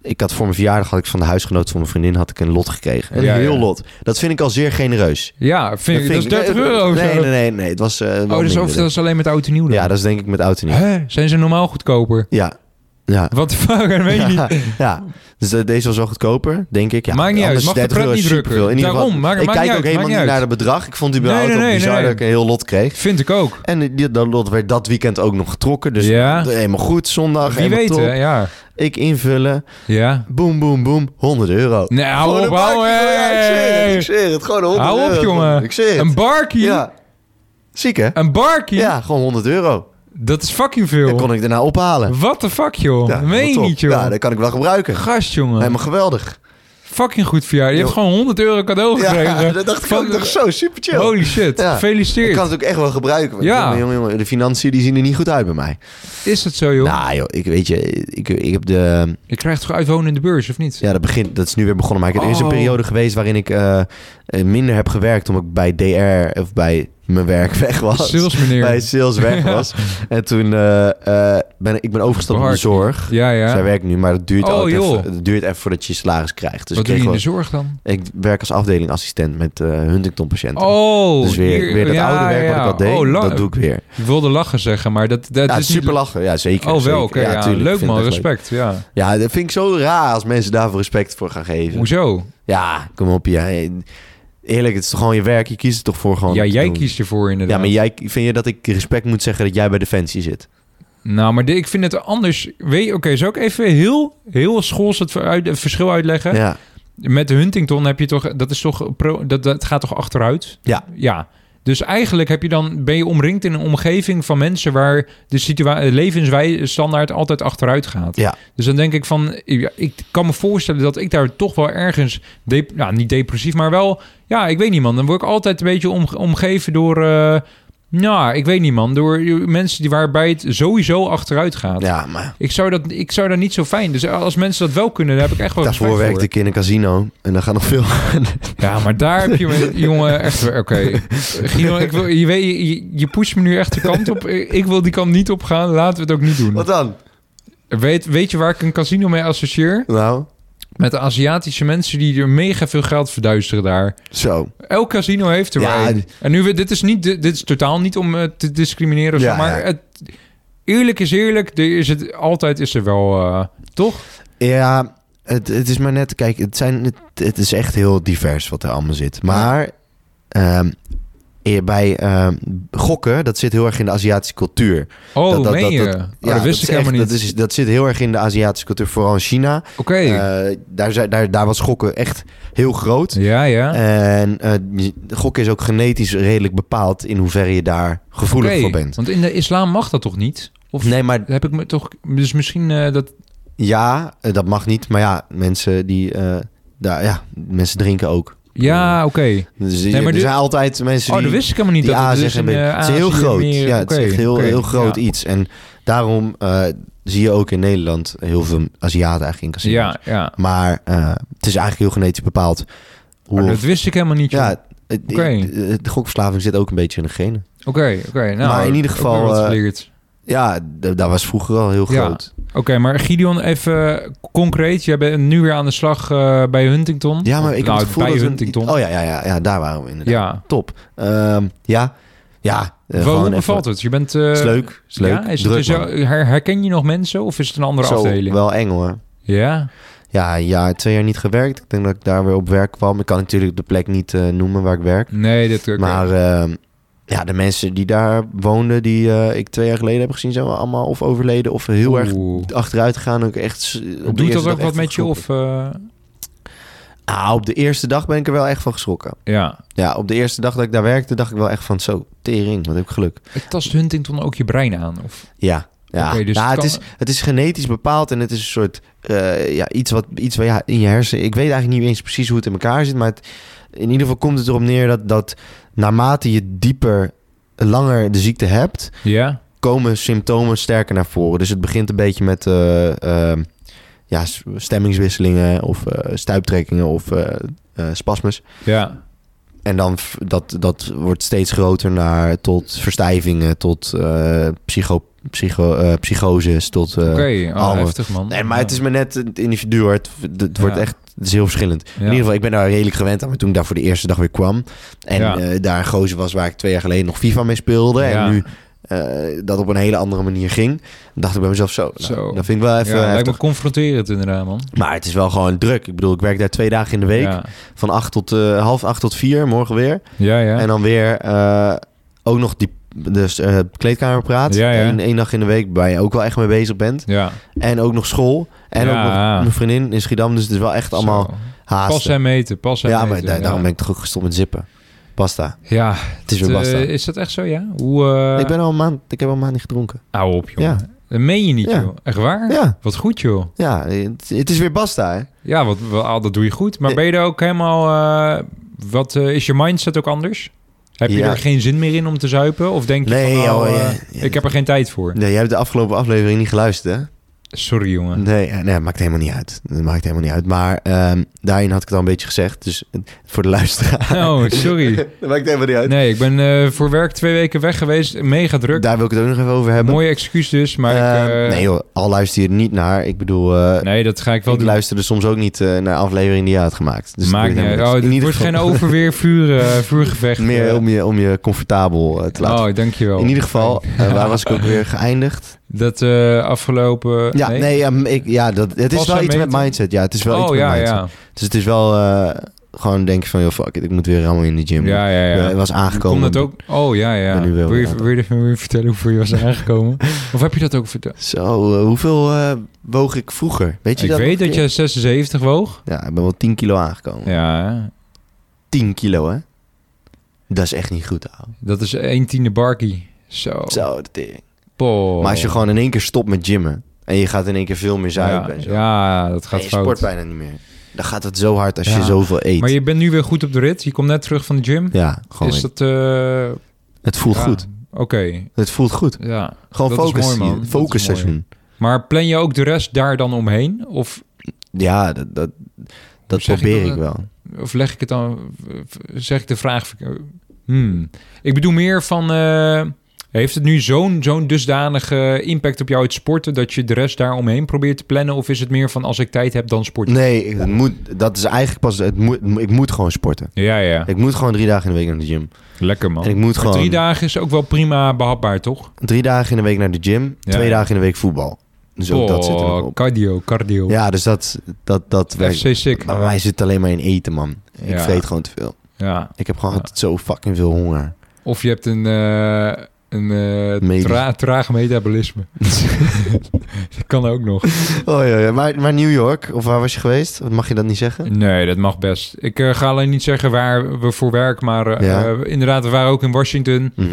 S1: ik had voor mijn verjaardag had ik van de huisgenoot van mijn vriendin had ik een lot gekregen. Een
S2: Ja,
S1: heel
S2: ja.
S1: lot. Dat vind ik al zeer genereus.
S2: Ja, vind ik, dat is 30
S1: nee,
S2: euro of
S1: Nee,
S2: zo.
S1: nee, nee, nee. Het was. eh, wel
S2: oh, dus
S1: minder.
S2: of dat is alleen met oud en nieuw dan?
S1: Ja, dat is denk ik met oud en nieuw.
S2: Hè? Zijn ze normaal goedkoper?
S1: Ja. Ja.
S2: Wat de fuck, dat weet je
S1: Ja,
S2: niet.
S1: ja. dus eh, deze was wel goedkoper, denk ik. Ja,
S2: Maakt niet
S1: anders
S2: uit, mag de
S1: 30
S2: prat
S1: euro is
S2: niet drukken.
S1: superveel. In ieder geval,
S2: Daarom, maakt-
S1: ik
S2: maakt
S1: kijk
S2: niet
S1: ook
S2: uit,
S1: helemaal niet
S2: maakt niet
S1: naar het bedrag. Ik vond die
S2: Nee,
S1: überhaupt
S2: nee,
S1: ook
S2: nee,
S1: bizar
S2: nee.
S1: dat ik een heel lot kreeg.
S2: Vind ik ook.
S1: En die, dat lot werd dat weekend ook nog getrokken. Dus
S2: Ja.
S1: helemaal goed, zondag.
S2: Wie
S1: helemaal
S2: weet,
S1: top.
S2: hè? Ja.
S1: Ik invullen.
S2: Ja.
S1: Boom, boom, boom. 100 euro.
S2: Nee, hou
S1: Gewoon
S2: op,
S1: een
S2: hou
S1: barkie, ja, ik zweer het, Ik
S2: hey.
S1: zweer het. Gewoon 100
S2: Hou
S1: euro.
S2: op, jongen.
S1: Ik zweer het.
S2: Een barkie?
S1: Ja. Ziek, hè?
S2: Een barkie?
S1: Ja, gewoon 100 euro.
S2: Dat is fucking
S1: Dat kon
S2: veel.
S1: ik daarna ophalen.
S2: Wat de fuck, joh.
S1: Ja,
S2: Dat meen je
S1: helemaal top.
S2: niet, joh.
S1: Ja, dat kan ik wel gebruiken.
S2: Gast, jongen.
S1: Helemaal geweldig.
S2: Fucking goed verjaardag. Je hebt gewoon 100 euro cadeau gekregen.
S1: Ja, dat dacht ik
S2: Van-
S1: ook. Toch zo, super chill.
S2: Holy shit.
S1: Ja.
S2: Gefeliciteerd.
S1: Ik kan het ook echt wel gebruiken. want
S2: Ja.
S1: Jongen, jongen, jongen, de financiën die zien er niet goed uit bij mij.
S2: Is dat zo, joh?
S1: Nou joh, ik weet je, ik, ik heb de...
S2: Je krijgt toch uitwonen in de beurs, of niet?
S1: Ja, dat, begint, dat is nu weer begonnen. Maar ik, er is een
S2: Oh.
S1: periode geweest waarin ik eh, eh, minder heb gewerkt... omdat ik bij DR of bij mijn werk weg was.
S2: Sales meneer.
S1: bij sales weg was. En toen eh, eh, ben ik- ik ben overgestapt op de
S2: Barkie.
S1: zorg.
S2: Ja, ja.
S1: Zij werkt nu, maar dat duurt,
S2: Oh,
S1: altijd
S2: joh.
S1: even, dat duurt even voordat je je salaris krijgt. Dus
S2: Wat
S1: ik,
S2: doe je
S1: kreeg
S2: in de zorg dan?
S1: wel- ik werk als afdelingassistent met eh Huntington-patiënten.
S2: Oh,
S1: dus weer,
S2: hier-
S1: weer dat
S2: ja,
S1: oude werk wat
S2: ja.
S1: ik al deed,
S2: Oh, la-
S1: dat doe ik weer.
S2: Ik wilde lachen zeggen, maar dat, dat
S1: Ja, het
S2: is
S1: is super lachen. Ja, zeker.
S2: niet... Oh,
S1: zeker.
S2: wel, oké. ja.
S1: tuurlijk, ik
S2: leuk
S1: vind
S2: man,
S1: het echt leuk.
S2: respect. Ja.
S1: Ja, dat vind ik zo raar als mensen daarvoor respect voor gaan geven.
S2: Hoezo?
S1: Ja, kom op. Ja. Eerlijk, het is toch gewoon je werk. Je kiest er toch voor gewoon.
S2: Ja,
S1: om te
S2: jij
S1: doen.
S2: kiest ervoor
S1: Ja,
S2: inderdaad.
S1: maar jij, vind je dat ik respect moet zeggen dat jij bij Defensie zit?
S2: Nou, maar de- ik vind het anders. Weet- Oké, zou ik even heel, heel schools het veruit- het verschil uitleggen?
S1: Ja.
S2: Met de Huntington heb je toch, dat is toch, pro, dat, dat gaat toch achteruit?
S1: Ja.
S2: Ja. Dus eigenlijk heb je dan, ben je omringd in een omgeving van mensen waar de situa- eh, levenswij- standaard altijd achteruit gaat.
S1: Ja.
S2: Dus dan denk ik van, ja, ik kan me voorstellen dat ik daar toch wel ergens, dep- nou niet depressief, maar wel, ja, ik weet niet man. Dan word ik altijd een beetje omge- omgeven door, eh, nou, ik weet niet man, door eh, mensen die waarbij het sowieso achteruit gaat.
S1: Ja, maar
S2: Ik zou, dat, ik zou dat niet zo fijn. Dus als mensen dat wel kunnen, daar heb ik echt wel
S1: daarvoor
S2: respect
S1: werkte ik in een casino. En daar gaan nog veel...
S2: Ja, maar daar heb je me, jongen, echt weer- Oké, Guido, ik wil, je, weet, je, je pusht me nu echt de kant op. Ik wil die kant niet op gaan. Laten we het ook niet doen.
S1: Wat dan?
S2: Weet, weet je waar ik een casino mee associeer?
S1: Nou,
S2: Met de Aziatische mensen die er mega veel geld verduisteren daar.
S1: zo.
S2: Elk casino heeft er
S1: Ja,
S2: wel een.
S1: die-
S2: En nu, we- dit is, niet, dit is totaal niet om eh, te discrimineren. of zo,
S1: Ja,
S2: maar
S1: ja.
S2: Het, eerlijk is eerlijk. Er is het, altijd is er wel, eh, toch?
S1: Ja, het, het is maar net... Kijk, het, zijn, het, het is echt heel divers wat er allemaal zit. Maar ehm, eh, bij ehm, gokken, dat zit heel erg in de Aziatische cultuur.
S2: Oh,
S1: Dat- dat-
S2: meen
S1: dat-
S2: je?
S1: dat-
S2: Oh, dat
S1: is
S2: wist ik helemaal
S1: echt-
S2: niet.
S1: Dat, is, dat zit heel erg in de Aziatische cultuur, vooral in China.
S2: Oké.
S1: Eh, daar, zijn- daar, daar was gokken echt heel groot.
S2: ja, ja.
S1: En eh gokken is ook genetisch redelijk bepaald in hoeverre je daar gevoelig
S2: Oké,
S1: voor bent.
S2: Want in de islam mag dat toch niet? Of
S1: Nee, maar
S2: heb ik me toch. Dus misschien eh, dat.
S1: ja, eh, dat mag niet. Maar ja, mensen die eh, daar, ja, mensen drinken ook.
S2: Ja, oké.
S1: Dus
S2: maar
S1: er
S2: dit-
S1: zijn altijd mensen
S2: Oh,
S1: Dus die,
S2: dat wist ik helemaal niet.
S1: die
S2: dat
S1: A
S2: het dus
S1: zeggen.
S2: in,
S1: en B.
S2: eh,
S1: het is heel
S2: Azië
S1: groot.
S2: meer-
S1: ja, het is
S2: oké,
S1: echt heel,
S2: oké,
S1: heel groot
S2: ja.
S1: iets. En daarom eh, zie je ook in Nederland heel veel Aziaten eigenlijk in casinos.
S2: Ja, ja.
S1: Maar eh, het is eigenlijk heel genetisch bepaald. Hoe
S2: Maar
S1: of-
S2: Oh, dat wist ik helemaal niet. joh.
S1: ja, het-
S2: Oké.
S1: het- de gokverslaving zit ook een beetje in de genen.
S2: Oké, oké. nou,
S1: Maar in ieder
S2: ook
S1: geval,
S2: weer wat
S1: eh,
S2: geleerd.
S1: Ja, d- dat was vroeger al heel
S2: Ja.
S1: groot.
S2: Oké, maar Gideon, even eh, concreet. Jij bent nu weer aan de slag eh, bij Huntington.
S1: Ja, maar ik
S2: nou,
S1: heb het gevoel
S2: bij
S1: dat we-
S2: Huntington.
S1: Oh ja, ja, ja, ja, daar waren we inderdaad.
S2: ja.
S1: Top. Ehm, ja, ja. eh,
S2: Wel,
S1: gewoon
S2: hoe
S1: even-
S2: bevalt het? Je bent. eh,
S1: Is leuk, is leuk.
S2: Ja, is het
S1: Druk,
S2: dus-
S1: man.
S2: her- herken je nog mensen of is het een andere
S1: Zo,
S2: afdeling?
S1: wel eng hoor.
S2: Ja.
S1: Ja, een jaar, twee jaar niet gewerkt. Ik denk dat ik daar weer op werk kwam. Ik kan natuurlijk de plek niet eh, noemen waar ik werk.
S2: Nee, dat oké.
S1: Maar ehm, ja, de mensen die daar woonden, die eh, ik twee jaar geleden heb gezien, zijn wel allemaal of overleden of heel erg
S2: Oeh.
S1: achteruit gegaan. Ook echt, s- op de
S2: Doet
S1: eerste
S2: dat
S1: dag
S2: ook
S1: echt
S2: wat
S1: van
S2: met je?
S1: geschrokken.
S2: Of, eh,
S1: Ah, op de eerste dag ben ik er wel echt van geschrokken.
S2: eh, ja.
S1: Ja, op de eerste dag dat ik daar werkte, dacht ik wel echt van zo, tering, wat heb ik geluk.
S2: Het tast Huntington ook je brein aan? Of?
S1: Ja, ja.
S2: Oké, dus
S1: ja
S2: het
S1: het,
S2: kan-
S1: is, het is genetisch bepaald en het is een soort, eh, ja, iets wat, iets wat ja, in je hersenen, ik weet eigenlijk niet eens precies hoe het in elkaar zit, maar het- in ieder geval komt het erop neer dat, dat naarmate je dieper, langer de ziekte hebt,
S2: Ja?
S1: komen symptomen sterker naar voren. Dus het begint een beetje met eh, eh, ja, s- stemmingswisselingen of eh, stuiptrekkingen of eh, eh, spasmes.
S2: Ja.
S1: En dan v- dat, dat wordt steeds groter naar tot verstijvingen, tot eh, psycho, psycho, eh, psychoses, tot... eh,
S2: Oké, oh,
S1: allemaal.
S2: heftig man.
S1: Nee, maar het is maar net het individu hoor. Het, het- het
S2: Ja.
S1: wordt echt het is heel verschillend.
S2: Ja.
S1: In ieder geval, ik ben daar redelijk gewend aan. Maar toen ik daar voor de eerste dag weer kwam... en
S2: Ja.
S1: eh, daar een gozer was waar ik twee jaar geleden nog FIFA mee speelde...
S2: Ja.
S1: en nu eh, dat op een hele andere manier ging... dacht ik bij mezelf zo, nou,
S2: Zo.
S1: dat vind ik wel even
S2: ja, lijkt
S1: heftig.
S2: me confronterend inderdaad man.
S1: Maar het is wel gewoon druk. Ik bedoel, ik werk daar twee dagen in de week...
S2: Ja,
S1: van acht tot, eh, half acht tot vier, morgen weer...
S2: ja. ja.
S1: En dan weer eh, ook nog die dus, eh, kleedkamerpraat.
S2: Ja, ja.
S1: En één dag in de week waar je ook wel echt mee bezig bent.
S2: ja,
S1: En ook nog school. En
S2: Ja.
S1: ook nog mijn vriendin in Schiedam. Dus het is wel echt allemaal
S2: Zo. Pas
S1: haast.
S2: en meten, pas en
S1: Ja, maar
S2: meten.
S1: da-
S2: eh, ja.
S1: daarom ben ik toch ook gestopt met zippen. Pasta.
S2: Ja,
S1: Het is weer
S2: het,
S1: pasta.
S2: eh, is dat echt zo, ja? Hoe, eh
S1: ik ben al een maand, ik heb al een maand niet gedronken.
S2: Hou op, joh. Dat meen je niet,
S1: Ja.
S2: joh. Echt waar?
S1: Ja,
S2: Wat goed, joh.
S1: ja het, het is weer basta, hè?
S2: Ja, wat, wat, ah, dat doe je goed. Maar
S1: Eh.
S2: ben je er ook helemaal... eh, wat, eh, is je mindset ook anders? Heb je
S1: Ja.
S2: er geen zin meer in om te zuipen? Of denk je
S1: Nee,
S2: van, oh,
S1: joh,
S2: eh,
S1: ja, ja.
S2: ik heb er geen tijd voor?
S1: Nee, jij hebt de afgelopen aflevering niet geluisterd, hè?
S2: Sorry, jongen.
S1: Nee, eh, nee, maakt helemaal niet uit. Dat maakt helemaal niet uit. Maar ehm, daarin had ik het al een beetje gezegd. Dus eh, voor de luisteraar.
S2: Oh, sorry.
S1: dat maakt helemaal niet uit.
S2: Nee, ik ben eh, voor werk twee weken weg geweest. Mega druk.
S1: Daar wil ik het ook nog even over hebben.
S2: Mooie excuus dus, maar ik,
S1: Ehm,
S2: eh,
S1: nee joh, al luister je er niet naar. Ik bedoel, eh,
S2: nee, dat ga ik wel
S1: ik
S2: doen.
S1: luisterde soms ook niet eh, naar afleveringen die je had gemaakt. Dus
S2: Maakt
S1: het
S2: niet
S1: boeit
S2: uit.
S1: helemaal
S2: Oh,
S1: niks.
S2: dit
S1: In
S2: wordt
S1: ieder
S2: geen overweer vuur, eh, vuurgevecht.
S1: geval meer
S2: eh.
S1: om je, om je comfortabel eh, te laten.
S2: Oh, dankjewel.
S1: In ieder geval, eh, waar was ik ook weer geëindigd?
S2: Dat eh, afgelopen...
S1: Ja, nee, ehm, ik, ja dat, het is
S2: Pas
S1: wel
S2: en
S1: iets met
S2: meten.
S1: mindset. Ja, het is wel iets
S2: oh,
S1: met
S2: ja,
S1: mindset.
S2: ja.
S1: Dus het is wel eh, gewoon denken van, joh, fuck it, ik moet weer helemaal in de gym.
S2: Ja, ja,
S1: Ik ben-
S2: ja.
S1: was aangekomen.
S2: Komt dat ook? Oh, ja, ja.
S1: Ben nu wel
S2: wil, je,
S1: weer-
S2: wil, je even, wil je vertellen hoeveel je was aangekomen? of heb je dat ook verteld?
S1: Zo, eh, hoeveel eh, woog ik vroeger? Weet je
S2: Ik
S1: dat
S2: weet
S1: nog
S2: dat
S1: een keer?
S2: je 76 woog.
S1: Ja, ik ben wel 10 kilo aangekomen.
S2: Ja, hè?
S1: 10 kilo, hè? Dat is echt niet goed, ouwe.
S2: Dat is 1 tiende barkie. Zo.
S1: Zo, de tering.
S2: Poh.
S1: Maar als je gewoon in één keer stopt met gymmen... en je gaat in één keer veel meer zuipen
S2: ja,
S1: en zo...
S2: ja, dat gaat
S1: en je
S2: fout.
S1: sport bijna niet meer. Dan gaat het zo hard als
S2: Ja.
S1: je zoveel eet.
S2: Maar je bent nu weer goed op de rit. Je komt net terug van de gym.
S1: Ja, gewoon
S2: is
S1: weer-
S2: dat... eh,
S1: Het voelt
S2: ja,
S1: goed.
S2: Oké,
S1: Het voelt goed.
S2: ja.
S1: Gewoon
S2: Dat is
S1: focus.
S2: mooi, man. Dat is
S1: Focus
S2: mooi.
S1: seizoen.
S2: Maar plan je ook de rest daar dan omheen? Of,
S1: Ja, dat, dat, dat
S2: zeg ik
S1: probeer
S2: dat?
S1: ik wel.
S2: of leg ik het dan... Zeg ik de vraag... Hmm. Ik bedoel meer van... eh, heeft het nu zo'n zo'n dusdanige impact op jou het sporten... dat je de rest daar omheen probeert te plannen? Of is het meer van als ik tijd heb, dan sport ik?
S1: Nee, ik- het moet, dat is eigenlijk pas... Het moet, ik moet gewoon sporten.
S2: Ja, ja.
S1: Ik moet gewoon drie dagen in de week naar de gym.
S2: Lekker, man.
S1: En ik moet
S2: Maar
S1: gewoon
S2: drie
S1: drie,
S2: dagen is ook wel prima behapbaar, toch?
S1: dagen in de week naar de gym.
S2: Ja.
S1: Twee dagen in de week voetbal. Dus ook dat zit er nog
S2: Oh,
S1: op.
S2: Cardio, cardio.
S1: Ja, dus dat... dat, dat werkt.
S2: FC sick.
S1: Maar wij zitten alleen maar in eten, man. Ik
S2: Ja.
S1: vreet gewoon te veel.
S2: Ja.
S1: Ik heb gewoon
S2: Ja.
S1: altijd zo fucking veel honger.
S2: Of je hebt een, eh een eh
S1: Medisch.
S2: tra- traag metabolisme. dat kan ook nog.
S1: Oh ja, ja. Maar, maar New York, of waar was je geweest? Wat mag je dat niet zeggen?
S2: Nee, dat mag best. Ik eh, ga alleen niet zeggen waar we voor werk, maar eh,
S1: Ja.
S2: eh, inderdaad, we waren ook in Washington.
S1: Mhm.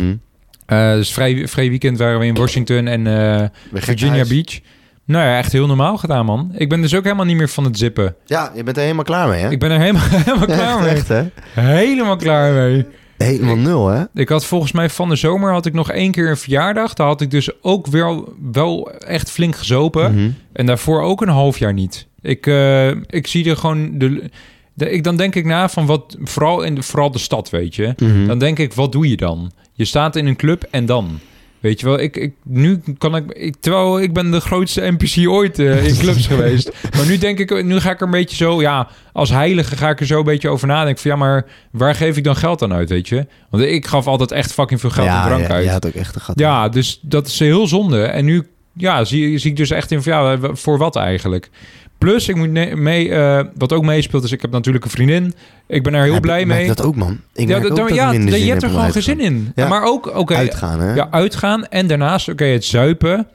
S2: Eh, dus vrij, vrij weekend waren we in Washington en eh,
S1: Ben je gek
S2: Virginia
S1: huis?
S2: Beach. Nou ja, echt heel normaal gedaan, man. Ik ben dus ook helemaal niet meer van het zippen.
S1: Ja, je bent er helemaal klaar mee, hè?
S2: Ik ben er helemaal, helemaal klaar
S1: echt,
S2: mee.
S1: echt, hè?
S2: Helemaal klaar mee.
S1: Helemaal nul, hè?
S2: Ik had volgens mij van de zomer had ik nog één keer een verjaardag. Daar had ik dus ook wel, wel echt flink gezopen.
S1: Mhm.
S2: En daarvoor ook een half jaar niet. Ik, eh, ik zie er gewoon... De, de- ik, dan denk ik na van wat... Vooral in de, vooral de stad, weet je.
S1: Mhm.
S2: Dan denk ik, wat doe je dan? Je staat in een club en dan... Weet je wel, ik, ik, nu kan ik, ik... Terwijl ik ben de grootste NPC ooit eh, in clubs geweest. Maar nu denk ik, nu ga ik er een beetje zo... Ja, als heilige ga ik er zo een beetje over nadenken. Van ja, maar waar geef ik dan geld aan uit, weet je? Want ik gaf altijd echt fucking veel geld aan
S1: ja,
S2: drank
S1: ja,
S2: uit.
S1: je had ook echt een gat.
S2: Ja, dus dat is heel zonde. En nu ja, zie, zie ik dus echt in van ja, w- voor wat eigenlijk? Plus, ik moet ne- mee, eh, wat ook meespeelt, is ik heb natuurlijk een vriendin. Ik ben daar heel
S1: Ja,
S2: blij
S1: ik merk
S2: mee.
S1: dat ook, man. Ik
S2: ja,
S1: merk ook
S2: dan-
S1: dat ik
S2: ja,
S1: minder
S2: dan-
S1: zin
S2: je hebt
S1: heb
S2: er
S1: om
S2: gewoon geen
S1: uit te
S2: zin in.
S1: Ja.
S2: Maar ook, oké,
S1: gaan. Uitgaan, hè?
S2: ja, uitgaan en daarnaast, oké, het zuipen.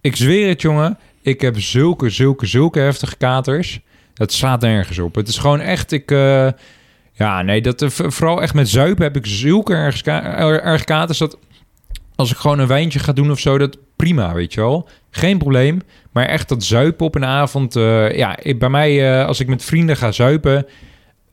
S2: Ik zweer het, jongen. Ik heb zulke, zulke, zulke heftige katers. Dat slaat nergens op. Het is gewoon echt, ik... eh, ja, nee, dat, eh, v- vooral echt met zuipen heb ik zulke erg, ka- er- erg katers... dat als ik gewoon een wijntje ga doen of zo, dat prima, weet je wel. Geen probleem. Maar echt dat zuipen op een avond... eh, ja, ik- bij mij, eh, als ik met vrienden ga zuipen...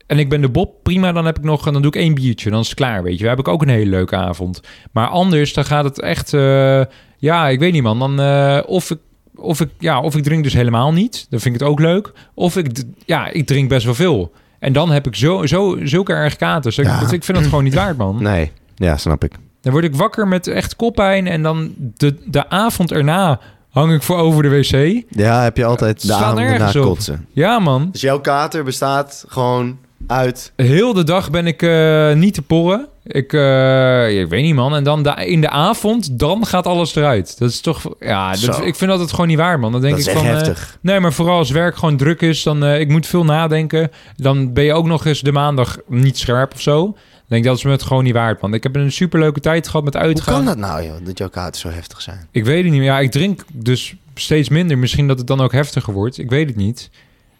S2: En ik ben de Bob, prima, dan heb ik nog, dan doe ik één biertje, dan is het klaar, weet je. We heb ik ook een hele leuke avond. Maar anders, dan gaat het echt, eh, ja, ik weet niet man, dan eh, of ik, of ik, ja, of ik drink dus helemaal niet, dan vind ik het ook leuk. Of ik, d- ja, ik drink best wel veel. En dan heb ik zo, zo, zulke erg katers. Ik,
S1: Ja.
S2: dat- ik vind dat gewoon niet waard, man.
S1: Nee, ja, snap ik.
S2: Dan word ik wakker met echt koppijn en dan de, de avond erna hang ik voor over de wc.
S1: Ja, heb je altijd de
S2: Slaat
S1: avond erna
S2: nergens op.
S1: kotsen.
S2: Ja, man.
S1: Dus jouw kater bestaat gewoon uit...
S2: Heel de dag ben ik eh, niet te porren. Ik, eh, ik weet niet, man. En dan de, in de avond, dan gaat alles eruit. Dat is toch... Ja, dat,
S1: Zo.
S2: ik vind dat het gewoon niet waar, man. Dan denk
S1: dat is
S2: ik
S1: echt
S2: van, eh,
S1: heftig.
S2: nee, maar vooral als werk gewoon druk is, dan... eh, ik moet veel nadenken. Dan ben je ook nog eens de maandag niet scherp of zo. Dan denk ik, dat is me het gewoon niet waard, man. Ik heb een superleuke tijd gehad met
S1: Hoe
S2: uitgaan.
S1: kan dat nou, joh? Dat jouw katers zo heftig zijn?
S2: Ik weet het niet. Ja, ik drink dus steeds minder. Misschien dat het dan ook heftiger wordt. Ik weet het niet.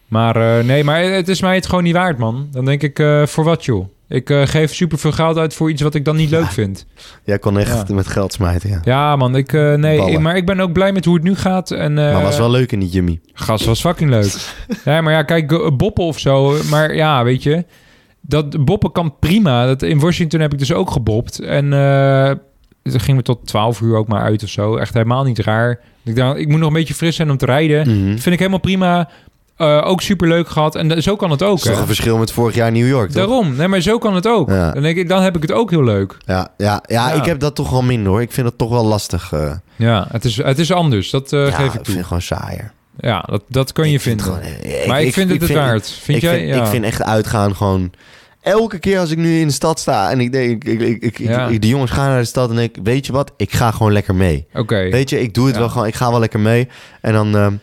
S2: Maar eh, nee, maar het is mij het gewoon niet waard, man. Dan denk ik, eh, voor wat joh? Ik eh, geef superveel geld uit voor iets wat ik dan niet leuk vind.
S1: Jij kon echt
S2: Ja.
S1: met geld smijten, ja.
S2: Ja, man. Ik, eh, nee,
S1: Ballen.
S2: ik- maar ik ben ook blij met hoe het nu gaat. En, eh,
S1: Maar was wel leuk in die Jimmy.
S2: Gast was fucking leuk. nee, maar ja, kijk, eh, boppen of zo. Maar ja, weet je. Dat boppen kan prima. Dat, in Washington heb ik dus ook gebopt. En eh dan gingen we tot 12 uur ook maar uit of zo. Echt helemaal niet raar. Ik dacht, ik moet nog een beetje fris zijn om te rijden.
S1: Mhm.
S2: Vind ik helemaal prima. Eh, ook super leuk gehad. En da- zo kan het ook.
S1: Dat is toch
S2: hè?
S1: een verschil met vorig jaar New York, toch?
S2: Daarom. Nee, maar zo kan het ook.
S1: Ja.
S2: Dan denk ik, dan heb ik het ook heel leuk.
S1: Ja, ja, ja,
S2: Ja.
S1: ik heb dat toch wel minder, hoor. Ik vind dat toch wel lastig. eh.
S2: Ja, het is, het is anders. Dat eh,
S1: ja,
S2: geef ik
S1: vind
S2: toe.
S1: het gewoon saaier.
S2: Ja, dat, dat kun je
S1: Ik vind
S2: vinden.
S1: het gewoon-
S2: maar ik, vind het het waard. Vind
S1: ik,
S2: jij?
S1: vind,
S2: ja.
S1: ik vind echt uitgaan gewoon... Elke keer als ik nu in de stad sta en ik denk, ik, ik, ik, ik-
S2: Ja.
S1: ik- die jongens gaan naar de stad en ik, weet je wat, ik ga gewoon lekker mee.
S2: Oké.
S1: Weet je, ik doe het
S2: Ja.
S1: wel gewoon, ik ga wel lekker mee. En dan ehm,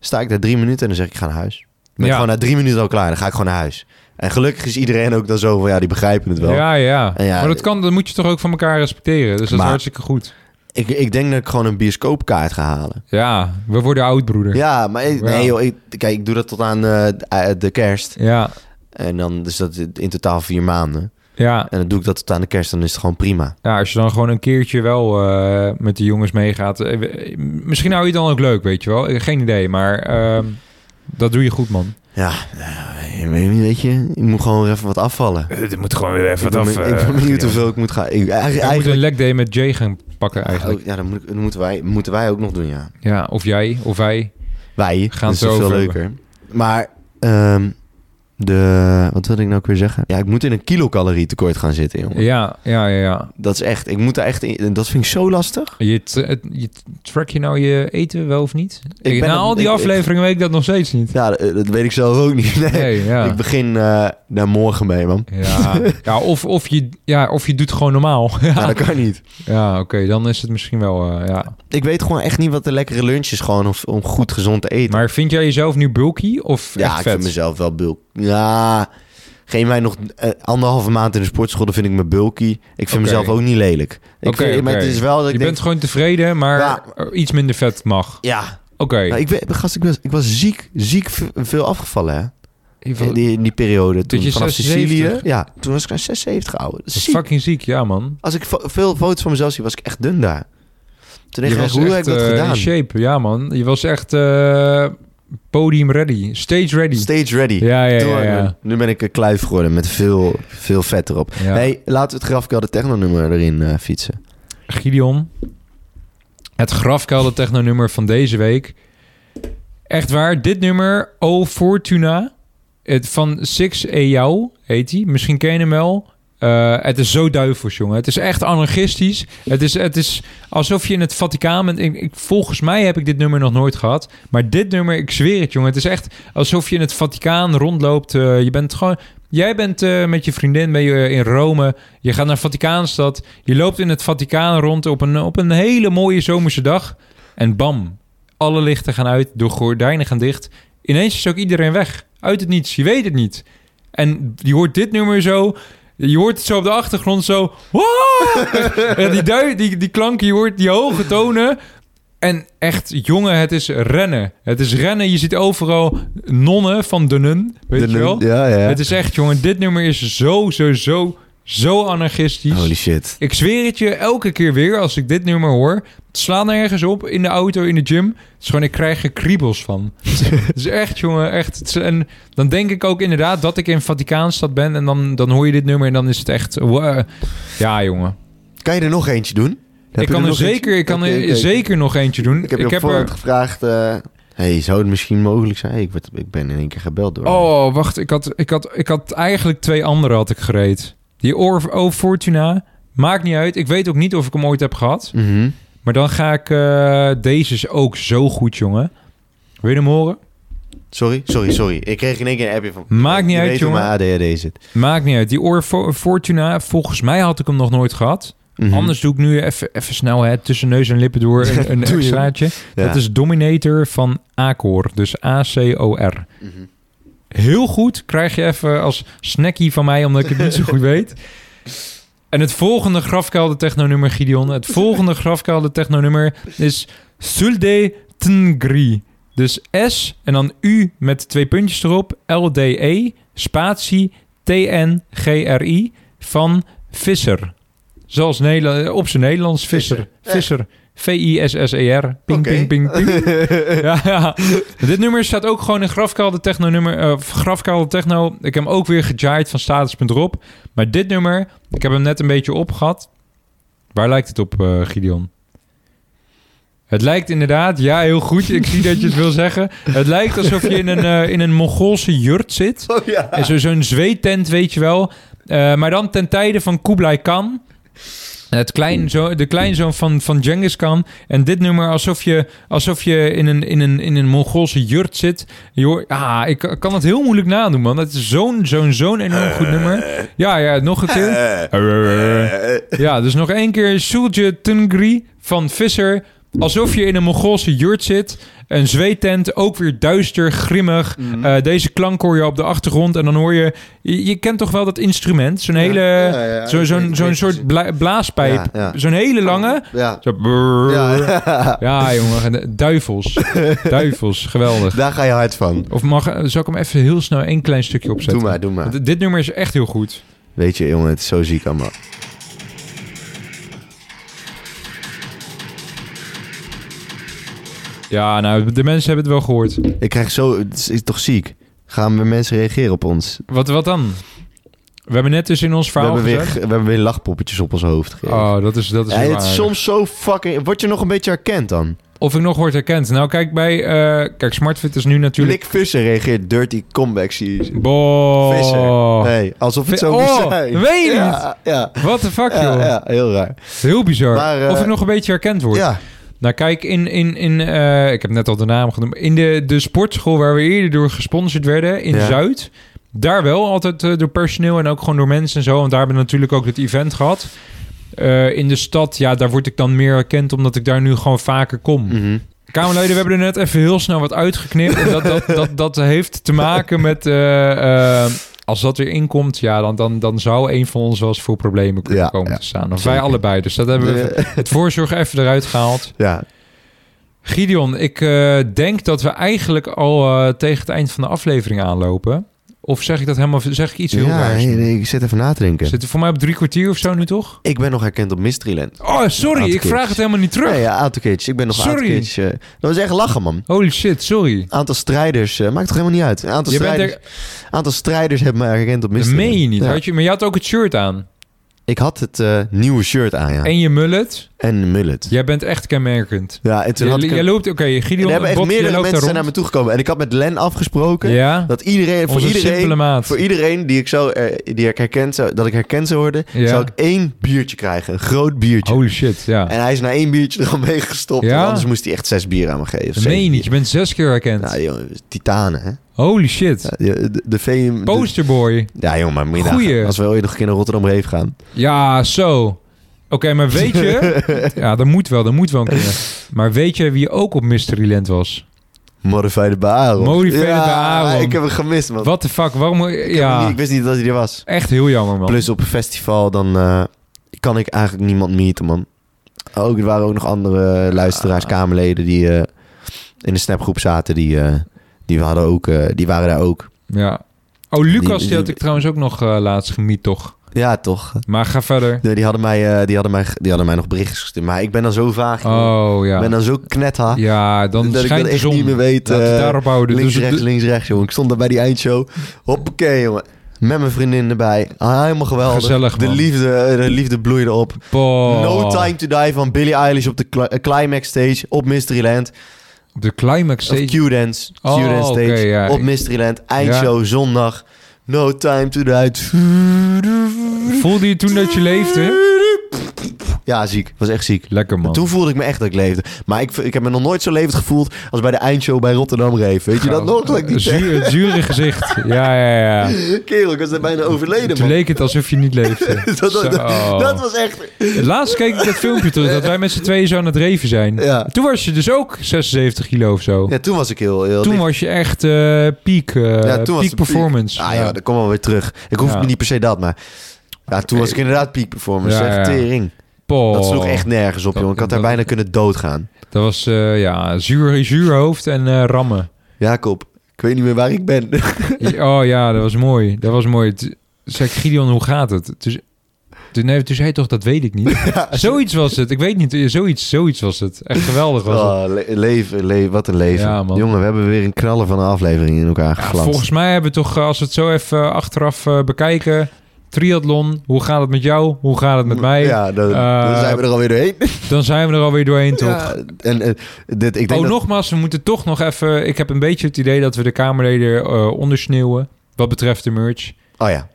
S1: sta ik daar drie minuten en dan zeg ik, ik ga naar huis. Ik ben
S2: Ja.
S1: gewoon na drie minuten al klaar, dan ga ik gewoon naar huis. En gelukkig is iedereen ook dan zo van, ja, die begrijpen het wel.
S2: Ja, ja.
S1: En ja,
S2: Maar dat kan, dat moet je toch ook van elkaar respecteren. Dus dat
S1: Maar-
S2: is hartstikke goed.
S1: Ik, ik denk dat ik gewoon een bioscoopkaart ga halen.
S2: Ja, we worden oud, broeder. Ja.
S1: Ja, maar ik- nee
S2: Ja.
S1: joh, ik, kijk, ik doe dat tot aan eh, eh, de kerst.
S2: Ja,
S1: En dan dus dat in totaal vier maanden.
S2: Ja,
S1: En dan doe ik dat tot aan de kerst, dan is het gewoon prima.
S2: ja, als je dan gewoon een keertje wel eh, met de jongens meegaat. eh, we- eh, misschien hou je het dan ook leuk, weet je wel. Eh, Geen idee, maar ehm, dat doe je goed, man.
S1: Ja, nou, ik weet niet, weet je, ik moet gewoon weer even wat afvallen.
S3: Het moet gewoon weer even
S1: ik ben,
S3: wat af.
S1: ben- ik ben
S3: eh,
S1: benieuwd
S3: ja.
S1: hoeveel ik moet gaan. Ik,
S2: Je
S1: eigenlijk,
S2: moet een
S1: eigenlijk- Oh.
S2: leg day met Jay gaan pakken eigenlijk.
S1: ja, dan, moet ik- dan moeten, wij, moeten wij ook nog doen, ja.
S2: Ja, of jij, of wij.
S1: Wij,
S2: Gaan
S1: gaan dat
S2: het
S1: is
S2: zo
S1: veel
S2: over
S1: leuker. Maar ehm, de, wat wilde ik nou ook weer zeggen? Ja, ik moet in een kilocalorie tekort gaan zitten, jongen.
S2: Ja, ja, ja, ja.
S1: Dat is echt, ik moet daar echt in, dat vind ik zo lastig.
S2: Je, t- het- je t- track je nou je eten wel of niet?
S1: ben
S2: Ik- na
S1: het-
S2: al die
S1: ik- ik-
S2: afleveringen weet ik dat nog steeds niet.
S1: Ja, dat, dat weet ik zelf ook niet. Nee.
S2: Nee, ja.
S1: Ik begin eh, daar morgen mee, man.
S2: Ja, ja, of, of je, ja, of je doet gewoon normaal.
S1: Ja,
S2: ja,
S1: dat kan niet.
S2: oké, dan is het misschien wel, eh, ja.
S1: Ik weet gewoon echt niet wat de lekkere lunch is, gewoon of, om goed gezond te eten.
S2: Maar vind jij jezelf nu bulky of
S1: ja,
S2: echt
S1: ik
S2: vet?
S1: vind mezelf wel bulk. Ja, geen mij nog eh, anderhalve maand in de sportschool, dan vind ik me bulky. Ik vind
S2: Oké.
S1: mezelf ook niet lelijk. Ik
S2: Oké,
S1: vind, maar
S2: oké.
S1: het is wel dat ik
S2: Je
S1: denk,
S2: bent gewoon tevreden, maar
S1: Ja.
S2: eh, iets minder vet mag.
S1: ja,
S2: Oké.
S1: Nou, ik, ben, gast, ik, was, ik was ziek, ziek v- veel afgevallen, hè?
S2: Even-
S1: In die, in die periode. Toen
S2: je
S1: vanaf
S2: 76?
S1: Sicilië. Ja, toen was ik naar 76 ouwe. Dat is
S2: dat is
S1: ziek.
S2: fucking ziek, ja man.
S1: Als ik fo- veel foto's van mezelf zie, was ik echt dun daar. Toen dacht
S2: je
S1: ik, echt,
S2: was
S1: hoe
S2: echt,
S1: heb ik dat
S2: eh,
S1: gedaan?
S2: in shape, ja man. Je was echt eh, podium ready, stage ready.
S1: Stage ready.
S2: ja, ja,
S1: Toen-
S2: ja, ja.
S1: Nu ben ik een kluif geworden met veel, veel vet erop.
S2: Ja.
S1: Nee, laten we het grafkel de technonummer erin eh, fietsen.
S2: Gideon. Het grafkelder technonummer van deze week. Echt waar, dit nummer, O Fortuna, het van Six Eyal heet hij. Misschien ken je hem wel. Eh, het is zo duivels, jongen. Het is echt anarchistisch. Het is, het is alsof je in het Vaticaan bent. Ik, ik- volgens mij heb ik dit nummer nog nooit gehad. Maar dit nummer, ik zweer het, jongen. Het is echt alsof je in het Vaticaan rondloopt. Eh, je bent gewoon... Jij bent eh, met je vriendin ben je in Rome. Je gaat naar Vaticaanstad. Je loopt in het Vaticaan rond op een, op een hele mooie zomerse dag. En bam, alle lichten gaan uit, de gordijnen gaan dicht. Ineens is ook iedereen weg. Uit het niets, je weet het niet. En je hoort dit nummer zo. Je hoort het zo op de achtergrond zo. Ja, die, dui, die, die klanken, je hoort die hoge tonen. En echt, jongen, het is rennen. Het is rennen. Je ziet overal nonnen van de nun, weet
S1: De
S2: je wel.
S1: num- Ja, ja.
S2: Het is echt, jongen, dit nummer is zo, zo, zo, zo anarchistisch.
S1: Holy shit.
S2: Ik zweer het je elke keer weer als ik dit nummer hoor. Het slaat nergens op in de auto, in de gym. Het is gewoon, ik krijg er kriebels van. Het is echt, jongen, echt. Het is- en dan denk ik ook inderdaad dat ik in Vaticaanstad ben. En dan, dan hoor je dit nummer en dan is het echt... wow. Ja, jongen.
S1: Kan je er nog eentje doen? Heb
S2: ik
S1: je
S2: kan er
S1: nog eentje?
S2: zeker, ik kan
S1: Oké,
S2: er
S1: oké.
S2: zeker nog eentje doen.
S1: Ik heb je op voorhand gevraagd... eh, hey, zou het misschien mogelijk zijn? Ik, word, ik ben in één keer gebeld door...
S2: Oh, wacht. Ik had, ik had, ik had eigenlijk twee andere had ik gereed. Die Or O Fortuna. Maakt niet uit. Ik weet ook niet of ik hem ooit heb gehad.
S1: Mhm.
S2: Maar dan ga ik... eh, deze is ook zo goed, jongen. Wil je hem horen?
S1: Sorry, sorry, sorry. Ik kreeg in één keer een appje van...
S2: Maakt niet
S1: je
S2: uit,
S1: weet
S2: jongen.
S1: hoe mijn ADHD zit.
S2: Maakt niet uit. Die Or Fo- Fortuna, volgens mij had ik hem nog nooit gehad.
S1: Mhm.
S2: Anders doe ik nu even, even snel hè, tussen neus en lippen door een, een
S1: Doe je.
S2: extraatje.
S1: Ja.
S2: Dat is Dominator van Acor. Dus A-C-O-R.
S1: Mhm.
S2: heel goed. Krijg je even als snackie van mij, omdat ik het niet zo goed weet. En het volgende grafkelder technonummer, Gideon. Het volgende grafkelder technonummer is Sulde Tngri. Dus S en dan U met twee puntjes erop. L-D-E, spatie, T-N-G-R-I van Visser. Zoals Nederla- op zijn Nederlands, Visser. Visser. V-I-S-S-E-R. E Ping,
S1: Oké.
S2: ping, ping, ping. Ja, ja. Dit nummer staat ook gewoon in grafkelder techno nummer. eh, of grafkelder techno. Ik heb hem ook weer gejaagd van status.rob. Maar dit nummer, ik heb hem net een beetje opgehad. Waar lijkt het op, eh, Gideon? Het lijkt inderdaad, ja, heel goed. Ik zie dat je het wil zeggen. Het lijkt alsof je in een, eh, in een Mongoolse jurt zit.
S1: Oh ja.
S2: En zo- zo'n zweetent, weet je wel. Eh, maar dan ten tijde van Kublai Khan. Het kleinzo de kleinzoon van, van Genghis Khan. En dit nummer alsof je, alsof je in, een, in, een, in een Mongoolse jurt zit. Je hoort- ah, ik kan het heel moeilijk nadoen, man. Het is zo'n, zo'n, zo'n enorm goed nummer. Ja, ja, nog een keer. Ja, dus nog één keer Sulje Tungri van Visser. Alsof je in een Mongoolse jurt zit. Een zweetent, ook weer duister, grimmig.
S1: Mhm.
S2: Eh, deze klank hoor je op de achtergrond. En dan hoor je... Je, je kent toch wel dat instrument? Zo'n hele...
S1: Ja, ja, ja.
S2: zo-
S1: Ik
S2: zo'n
S1: weet-
S2: zo'n
S1: ik weet-
S2: soort bla- blaaspijp.
S1: Ja, ja.
S2: Zo'n hele lange.
S1: Ja.
S2: Zo brrr.
S1: Ja.
S2: ja. jongen. Duivels. Duivels. Geweldig.
S1: Daar ga je hard van.
S2: Of mag, zal ik hem even heel snel één klein stukje opzetten?
S1: Doe maar, doe maar.
S2: Want Dit nummer is echt heel goed.
S1: Weet je, jongen, het is zo ziek allemaal.
S2: Ja, nou, de mensen hebben het wel gehoord.
S1: Ik krijg zo... Het is, is toch ziek? Gaan we mensen reageren op ons?
S2: Wat, wat dan? We hebben net dus in ons
S1: We
S2: verhaal
S1: hebben, weer,
S2: gezegd...
S1: we hebben weer lachpoppetjes op ons hoofd gekregen.
S2: Oh, dat is, dat is
S1: Ja,
S2: heel
S1: het is
S2: aardig.
S1: soms zo fucking... Word je nog een beetje herkend dan?
S2: Of ik nog word herkend. Nou, kijk, bij... eh kijk, Smartfit is nu natuurlijk...
S1: Nick Visser reageert dirty comeback series.
S2: Bo.
S1: Visser. Nee, alsof het zo
S2: Vi-
S1: moest
S2: Oh,
S1: zijn.
S2: dat weet je
S1: ja, Ja,
S2: What the fuck,
S1: ja,
S2: joh.
S1: ja, heel raar.
S2: Heel bizar.
S1: Maar, eh,
S2: of ik nog een beetje herkend word.
S1: Ja,
S2: Nou, kijk, in... in, in eh, ik heb net al de naam genoemd. In de, de sportschool waar we eerder door gesponsord werden, in
S1: Ja.
S2: Zuid... Daar wel, altijd eh, door personeel en ook gewoon door mensen en zo. Want daar hebben we natuurlijk ook het event gehad. Eh, in de stad, ja, daar word ik dan meer herkend... omdat ik daar nu gewoon vaker kom.
S1: Mhm.
S2: Kamerleden, we hebben er net even heel snel wat uitgeknipt. En dat, dat, dat, dat heeft te maken met... eh, eh, als dat weer inkomt, ja, dan, dan, dan zou een van ons wel eens voor problemen kunnen
S1: Ja,
S2: komen
S1: ja,
S2: te staan. Of
S1: zeker.
S2: wij allebei. Dus dat hebben we even-
S1: Eh,
S2: het voorzorg even eruit gehaald.
S1: ja.
S2: Gideon, ik eh, denk dat we eigenlijk al eh, tegen het eind van de aflevering aanlopen. Of zeg ik dat helemaal... Zeg ik iets heel
S1: ja
S2: raars?
S1: nee, nee, ik zit even na te denken.
S2: Zitten we voor mij op drie kwartier of zo nu toch?
S1: Ik ben nog herkend op Mysteryland.
S2: Oh, sorry,
S1: Aantal
S2: ik vraag
S1: keertjes.
S2: het helemaal niet terug.
S1: Nee, ja, aantal keertjes. Ik ben nog een aantal
S2: Sorry.
S1: keertjes. eh, dat was echt lachen, man.
S2: Holy shit, sorry.
S1: Aantal strijders. eh, maakt toch helemaal niet uit. Een aantal,
S2: Je bent
S1: strijders,
S2: er...
S1: aantal strijders hebben mij herkend op
S2: Dat
S1: Mysteryland.
S2: meen je niet.
S1: Ja.
S2: Had je, maar je had ook het shirt aan.
S1: Ik had het eh, nieuwe shirt aan, ja. En,
S2: En je mullet.
S1: een mullet.
S2: Jij bent echt kenmerkend.
S1: Ja, en toen
S2: Jij,
S1: had ik...
S2: jij
S1: een-
S2: loopt... Oké, Gideon,
S1: er hebben echt
S2: Bot, jij
S1: meerdere
S2: loopt
S1: mensen
S2: daar
S1: zijn
S2: rond.
S1: naar me toegekomen. En ik had met Len afgesproken
S2: Ja,
S1: dat iedereen, voor
S2: onze
S1: iedereen
S2: simpele maat.
S1: Voor iedereen die ik, zou, eh, die ik herkend zou, dat ik herkend zou worden,
S2: Ja.
S1: zou ik één biertje krijgen. Een groot biertje.
S2: Holy shit, ja.
S1: En hij is na één biertje er al mee gestopt.
S2: Ja?
S1: want Anders moest hij echt zes bier aan me geven. of
S2: Dat
S1: zeven
S2: meen je niet. Je
S1: bier.
S2: bent zes keer herkend.
S1: Nou, jongen, titanen, hè?
S2: Holy shit.
S1: Ja, dus- de- de, de fame... de-
S2: Posterboy.
S1: ja, jongen, maar middag,
S2: Goeie.
S1: als we ooit nog een keer naar Rotterdam Reef gaan.
S2: Ja, zo. Oké, maar weet je... ja, dat moet wel. Dat moet wel een keer. Maar weet je wie ook op Mysteryland was?
S1: Modified bij Aaron.
S2: Modified
S1: ja,
S2: by Aaron.
S1: ik heb hem gemist, man.
S2: What the fuck? Waarom...
S1: Ik, heb hem niet-
S2: Ja,
S1: ik wist niet dat hij er was.
S2: echt heel jammer, man.
S1: Plus op een festival, dan eh, kan ik eigenlijk niemand meeten, man. Ook, er waren ook nog andere eh,
S2: Ah.
S1: luisteraars, Kamerleden, die eh, in de snapgroep zaten. Die, eh, die, we hadden ook, eh, die waren daar ook.
S2: Ja. Oh, Lucas, die,
S1: die-
S2: had ik trouwens ook nog eh, laatst gemiet, toch?
S1: Ja, toch?
S2: Maar ga verder.
S1: Nee, die, hadden mij, eh, die, hadden mij, die hadden mij nog berichtjes gestuurd. Maar ik ben dan zo vaag. jongen.
S2: Oh,
S1: Ik
S2: ja.
S1: ben dan zo knetha.
S2: Ja, dan
S1: Dus dat ik
S2: schijnt
S1: dat
S2: de
S1: echt
S2: zon.
S1: niet meer weet.
S2: Laten we
S1: eh,
S2: daarop houden.
S1: links,
S2: dus
S1: rechts,
S2: de-
S1: links, rechts, jongen. Ik stond daar bij die eindshow. Hoppakee, jongen. Met mijn vriendin erbij. Ah, helemaal geweldig.
S2: Gezellig,
S1: de,
S2: man. Oh.
S1: liefde, eh, de liefde bloeide op.
S2: Boah.
S1: No Time to Die van Billie Eilish op de cli- eh, climax stage op Mysteryland.
S2: Op de climax
S1: Of
S2: stage.
S1: Q-dance.
S2: Oh,
S1: Q-dance stage
S2: oké, ja.
S1: op Mysteryland. Eindshow zondag. No Time to Die.
S2: Voelde je toen dat je leefde?
S1: Ja, ziek. Was echt ziek.
S2: Lekker man.
S1: Toen voelde ik me echt dat ik leefde. Maar ik, ik heb me nog nooit zo levend gevoeld als bij de eindshow bij Rotterdam Reef. Weet je dat nog? Dat ik die
S2: Zuur, het zure gezicht. Ja, ja, ja.
S1: kerel, ik was daar bijna overleden,
S2: Toen
S1: man.
S2: leek het alsof je niet leefde.
S1: Dat, dat,
S2: Zo.
S1: dat was echt...
S2: Laatst keek ik dat filmpje terug dat wij met z'n tweeën zo aan het reven zijn.
S1: Ja.
S2: Toen was je dus ook 76 kilo of zo.
S1: Ja, toen was ik heel... heel
S2: toen
S1: licht.
S2: was je echt eh piek, eh,
S1: Ja, toen was
S2: piek
S1: de
S2: performance.
S1: Ah ja, dan komen we weer terug. Ik hoef
S2: Ja.
S1: me niet per se dat, maar... Ja, toen was ik inderdaad peak performance.
S2: Ja,
S1: zeg,
S2: ja.
S1: Tering.
S2: Poh.
S1: Dat sloeg echt nergens op,
S2: Dat-
S1: jongen. Ik had daar
S2: dat-
S1: bijna kunnen doodgaan.
S2: Dat was eh, ja, zuur, zuur hoofd en eh, rammen.
S1: Jacob, ik weet niet meer waar ik ben.
S2: Oh ja, dat was mooi. Dat was mooi. Toen zei ik, Gideon, hoe gaat het? Toen, ze- toen, nee, toen zei hij toch, dat weet ik niet. Zoiets was het. Ik weet niet, eh, zoiets, zoiets was het. Echt geweldig was het.
S1: Oh, le- leven, leven, wat een leven.
S2: Ja, man.
S1: Jongen, we hebben weer een knaller van een aflevering in elkaar
S2: Ja,
S1: geglanst.
S2: volgens mij hebben we toch, als we het zo even eh, achteraf eh, bekijken... Triathlon, hoe gaat het met jou? Hoe gaat het met mij?
S1: Ja, dan,
S2: Eh,
S1: dan zijn we er alweer doorheen.
S2: Dan zijn we er alweer doorheen, toch?
S1: Ja, en, eh, dit, ik denk
S2: oh,
S1: dat,
S2: nogmaals, we moeten toch nog even... Ik heb een beetje het idee dat we de Kamerleden eh, ondersneeuwen... wat betreft de merch.
S1: oh ja.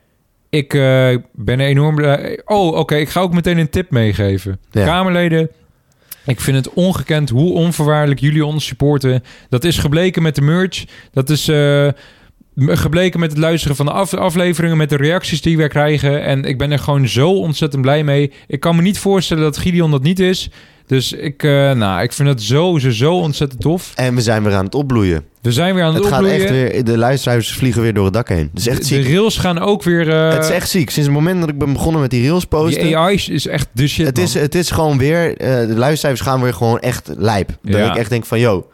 S2: Ik eh, ben enorm blij. Oh, oké. ik ga ook meteen een tip meegeven.
S1: Ja.
S2: Kamerleden, ik vind het ongekend hoe onvoorwaardelijk jullie ons supporten. Dat is gebleken met de merch. Dat is eh, m- gebleken met het luisteren van de af- afleveringen, met de reacties die wij krijgen. En ik ben er gewoon zo ontzettend blij mee. Ik kan me niet voorstellen dat Gideon dat niet is. Dus ik, eh, nou, ik vind het zo, zo, zo ontzettend tof.
S1: En we zijn weer aan het opbloeien.
S2: We zijn weer aan het,
S1: het gaat
S2: opbloeien.
S1: echt weer, de luisteraars vliegen weer door het dak heen. Het is echt
S2: de,
S1: ziek.
S2: de rails gaan ook weer... eh,
S1: het is echt ziek. Sinds het moment dat ik ben begonnen met die reels posten.
S2: die AI is echt de shit,
S1: het, is, eh,
S2: man.
S1: het is gewoon weer, eh, de luistercijfers gaan weer gewoon echt lijp. Dat
S2: Ja.
S1: ik echt denk van, yo,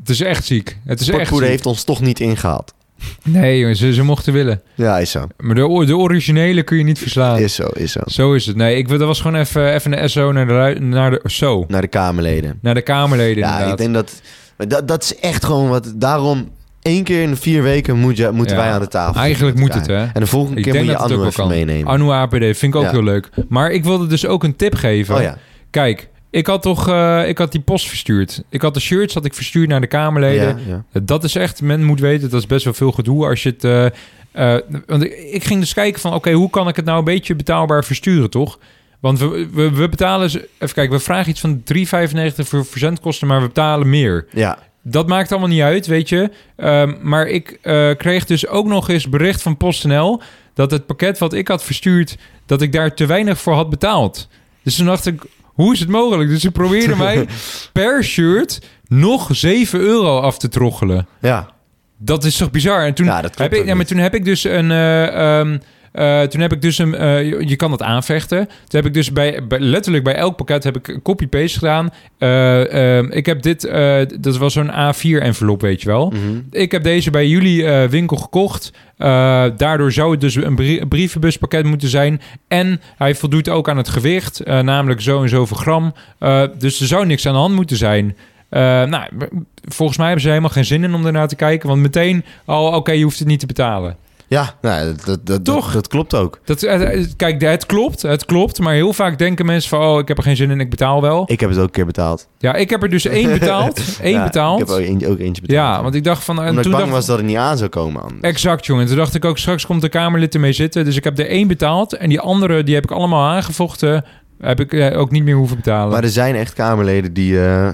S2: Het is echt ziek. Het is echt
S1: Sportpoeder
S2: ziek.
S1: heeft ons toch niet ingehaald.
S2: Nee, jongen, ze, ze mochten willen.
S1: Ja, is zo.
S2: Maar de, o- de originele kun je niet verslaan.
S1: Is zo, is zo.
S2: Zo is het. Nee, ik, wil- dat was gewoon even, even een SO naar de, lui- naar de... Zo.
S1: Naar de Kamerleden.
S2: Naar de Kamerleden
S1: Ja,
S2: inderdaad.
S1: ik denk dat, maar dat... Dat is echt gewoon wat... Daarom, één keer in de vier weken moet je, moeten
S2: Ja,
S1: wij aan de tafel.
S2: Eigenlijk
S1: zitten
S2: moet
S1: met
S2: het,
S1: elkaar.
S2: hè?
S1: En de volgende
S2: Ik
S1: keer
S2: denk
S1: moet je
S2: dat het ook
S1: Anu
S2: wel
S1: even
S2: kan.
S1: meenemen.
S2: Anu APD vind ik ook
S1: Ja.
S2: heel leuk. Maar ik wilde dus ook een tip geven.
S1: oh ja.
S2: Kijk, ik had toch eh, ik had die post verstuurd. Ik had de shirts had ik verstuurd naar de Kamerleden.
S1: Ja, ja.
S2: Dat is echt, men moet weten, dat is best wel veel gedoe als je het... eh, eh, want ik- ik ging dus kijken van, oké, hoe kan ik het nou een beetje betaalbaar versturen, toch? Want we, we, we betalen, ze- even kijken, we vragen iets van 3,95 voor verzendkosten, maar we betalen meer.
S1: Ja,
S2: Dat maakt allemaal niet uit, weet je. Ehm, maar ik eh, kreeg dus ook nog eens bericht van PostNL... dat het pakket wat ik had verstuurd... dat ik daar te weinig voor had betaald. Dus toen dacht ik, hoe is het mogelijk? Dus ze probeerden mij per shirt nog 7 euro af te troggelen.
S1: ja.
S2: Dat is toch bizar? En toen,
S1: Ja, dat klopt
S2: heb ik,
S1: ook
S2: ja, maar
S1: niet.
S2: toen heb ik dus een... eh, ehm, eh, toen heb ik dus een... eh, je, je kan dat aanvechten. Toen heb ik dus bij, bij- letterlijk bij elk pakket heb ik een copy-paste gedaan. Eh, ehm, ik heb dit... eh, dat was zo'n A4-envelop, weet je wel.
S1: Mhm.
S2: Ik heb deze bij jullie eh, winkel gekocht. Eh, daardoor zou het dus een, brie- een brievenbuspakket moeten zijn. En hij voldoet ook aan het gewicht, eh, namelijk zo en zoveel gram. Eh, dus er zou niks aan de hand moeten zijn. Eh, nou, b- volgens mij hebben ze helemaal geen zin in om daarnaar te kijken. Want meteen, oh, oké, je hoeft het niet te betalen.
S1: Ja, nou, dat, dat, dat,
S2: Toch?
S1: Dat, dat klopt ook.
S2: Dat, eh, eh, kijk, het klopt, het klopt. Maar heel vaak denken mensen van, oh, ik heb er geen zin in, ik betaal wel.
S1: Ik heb het ook een keer betaald.
S2: Ja, ik heb er dus één betaald. Één
S1: Ja,
S2: betaald.
S1: Ik heb ook, een- ook eentje betaald.
S2: ja, want ik dacht van... en
S1: Omdat ik
S2: toen
S1: bang
S2: dacht,
S1: was dat het niet aan zou komen. anders.
S2: Exact, jongen. Toen dacht ik ook, straks komt de Kamerlid ermee zitten. Dus ik heb er één betaald. En die andere, die heb ik allemaal aangevochten. Heb ik eh, ook niet meer hoeven betalen.
S1: Maar er zijn echt Kamerleden die... eh,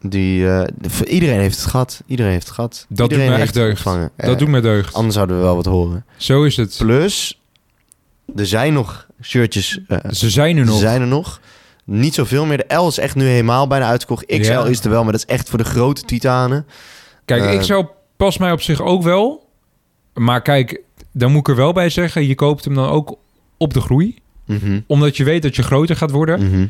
S1: die eh, de- voor iedereen heeft het gehad. Iedereen heeft het gehad.
S2: Dat doet
S1: iedereen
S2: me
S1: heeft
S2: echt
S1: het
S2: deugd.
S1: ontvangen.
S2: dat
S1: Eh,
S2: doet me deugd.
S1: Anders zouden we wel wat horen.
S2: Zo is het.
S1: Plus, er zijn nog shirtjes. eh,
S2: Ze zijn er
S1: ze
S2: nog.
S1: zijn er nog. Niet zoveel meer. De L is echt nu helemaal bijna uitverkocht. XL
S2: Ja.
S1: is er wel, maar dat is echt voor de grote titanen.
S2: Kijk,
S1: Eh.
S2: ik zou pas mij op zich ook wel. Maar kijk, dan moet ik er wel bij zeggen... je koopt hem dan ook op de groei.
S1: Mhm,
S2: Omdat je weet dat je groter gaat worden.
S1: mhm.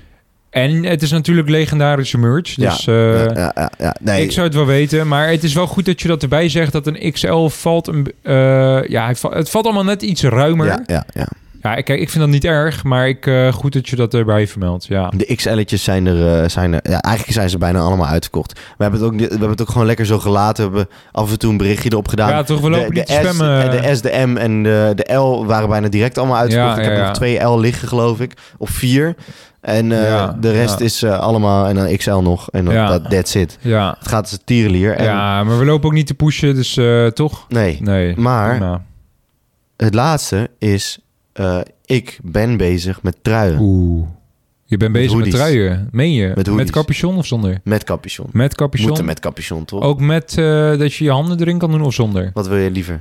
S2: En het is natuurlijk legendarische merch.
S1: Ja,
S2: Dus eh,
S1: ja, ja, ja, ja. Nee,
S2: ik zou het wel weten. Maar het is wel goed dat je dat erbij zegt... dat een XL valt... Een, eh, ja, hij va- het valt allemaal net iets ruimer.
S1: ja, ja, ja.
S2: Ja, ik- kijk, ik vind dat niet erg, maar ik, eh, goed dat je dat erbij vermeldt. Ja.
S1: Oh, De XL'tjes zijn er, eh, zijn er ja, eigenlijk zijn ze bijna allemaal uitverkocht. We hebben het ook, we hebben het ook gewoon lekker zo gelaten. We hebben af en toe een berichtje erop gedaan.
S2: ja, toch,
S1: de,
S2: we lopen niet te
S1: de, S,
S2: spammen.
S1: eh, de S, de M en de, de L waren bijna direct allemaal uitverkocht.
S2: Ja,
S1: ik heb
S2: ja, ja.
S1: nog twee L liggen, geloof ik. Of vier. En eh,
S2: Ja,
S1: de rest
S2: ja.
S1: is eh, allemaal... En dan XL nog. En dan
S2: Ja.
S1: dat, that's it.
S2: ja.
S1: Het gaat als een tierenlier. En,
S2: ja, maar we lopen ook niet te pushen, dus eh, toch?
S1: Nee.
S2: Nee.
S1: Maar
S2: Prima.
S1: het laatste is... eh, ik ben bezig met truien.
S2: Oeh. Je bent bezig met,
S1: hoodies.
S2: truien, meen je?
S1: Met hoodies.
S2: capuchon of zonder?
S1: Met capuchon.
S2: Met capuchon?
S1: Moeten met capuchon, toch?
S2: Ook met eh, dat je je handen erin kan doen of zonder?
S1: Wat wil je liever?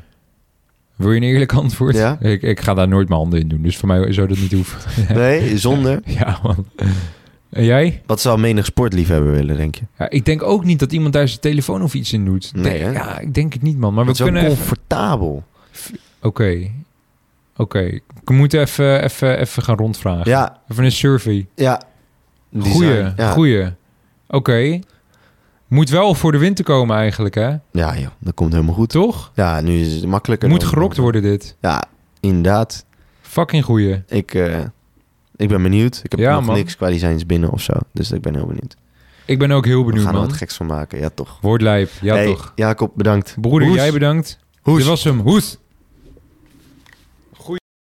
S2: Wil je een eerlijk antwoord?
S1: Ja.
S2: Ik, ik ga daar nooit mijn handen in doen, dus voor mij zou dat niet hoeven.
S1: Nee, zonder...
S2: ja, man. En jij?
S1: Wat zou menig sportliefhebber willen, denk je?
S2: Ja, ik denk ook niet dat iemand daar zijn telefoon of iets in doet.
S1: Nee, hè?
S2: ja, ik denk het niet, man. Maar
S1: Het
S2: we
S1: is wel
S2: kunnen
S1: comfortabel.
S2: Oké. Oké. Ik moet even, even, even gaan rondvragen.
S1: Ja,
S2: Even een survey.
S1: ja. Design,
S2: Goeie.
S1: Ja.
S2: Goeie. Oké. Moet wel voor de winter komen eigenlijk, hè?
S1: ja, joh. Dat komt helemaal goed.
S2: Toch?
S1: Ja, nu is het makkelijker.
S2: Moet
S1: dan-
S2: gerokt worden dit.
S1: Ja, inderdaad.
S2: Fucking goeie.
S1: Ik, eh, ik ben benieuwd. Ik heb
S2: Ja,
S1: nog
S2: man.
S1: niks qua designs binnen of zo. Dus ik ben heel benieuwd.
S2: Ik ben ook heel
S1: We
S2: benieuwd,
S1: gaan er
S2: man.
S1: wat geks van maken. Ja, toch.
S2: Woordlijf. Ja,
S1: Hey,
S2: toch.
S1: Jacob, bedankt.
S2: Broeder,
S1: Hoes.
S2: jij bedankt.
S1: Hoes.
S2: Dit was hem. Hoes.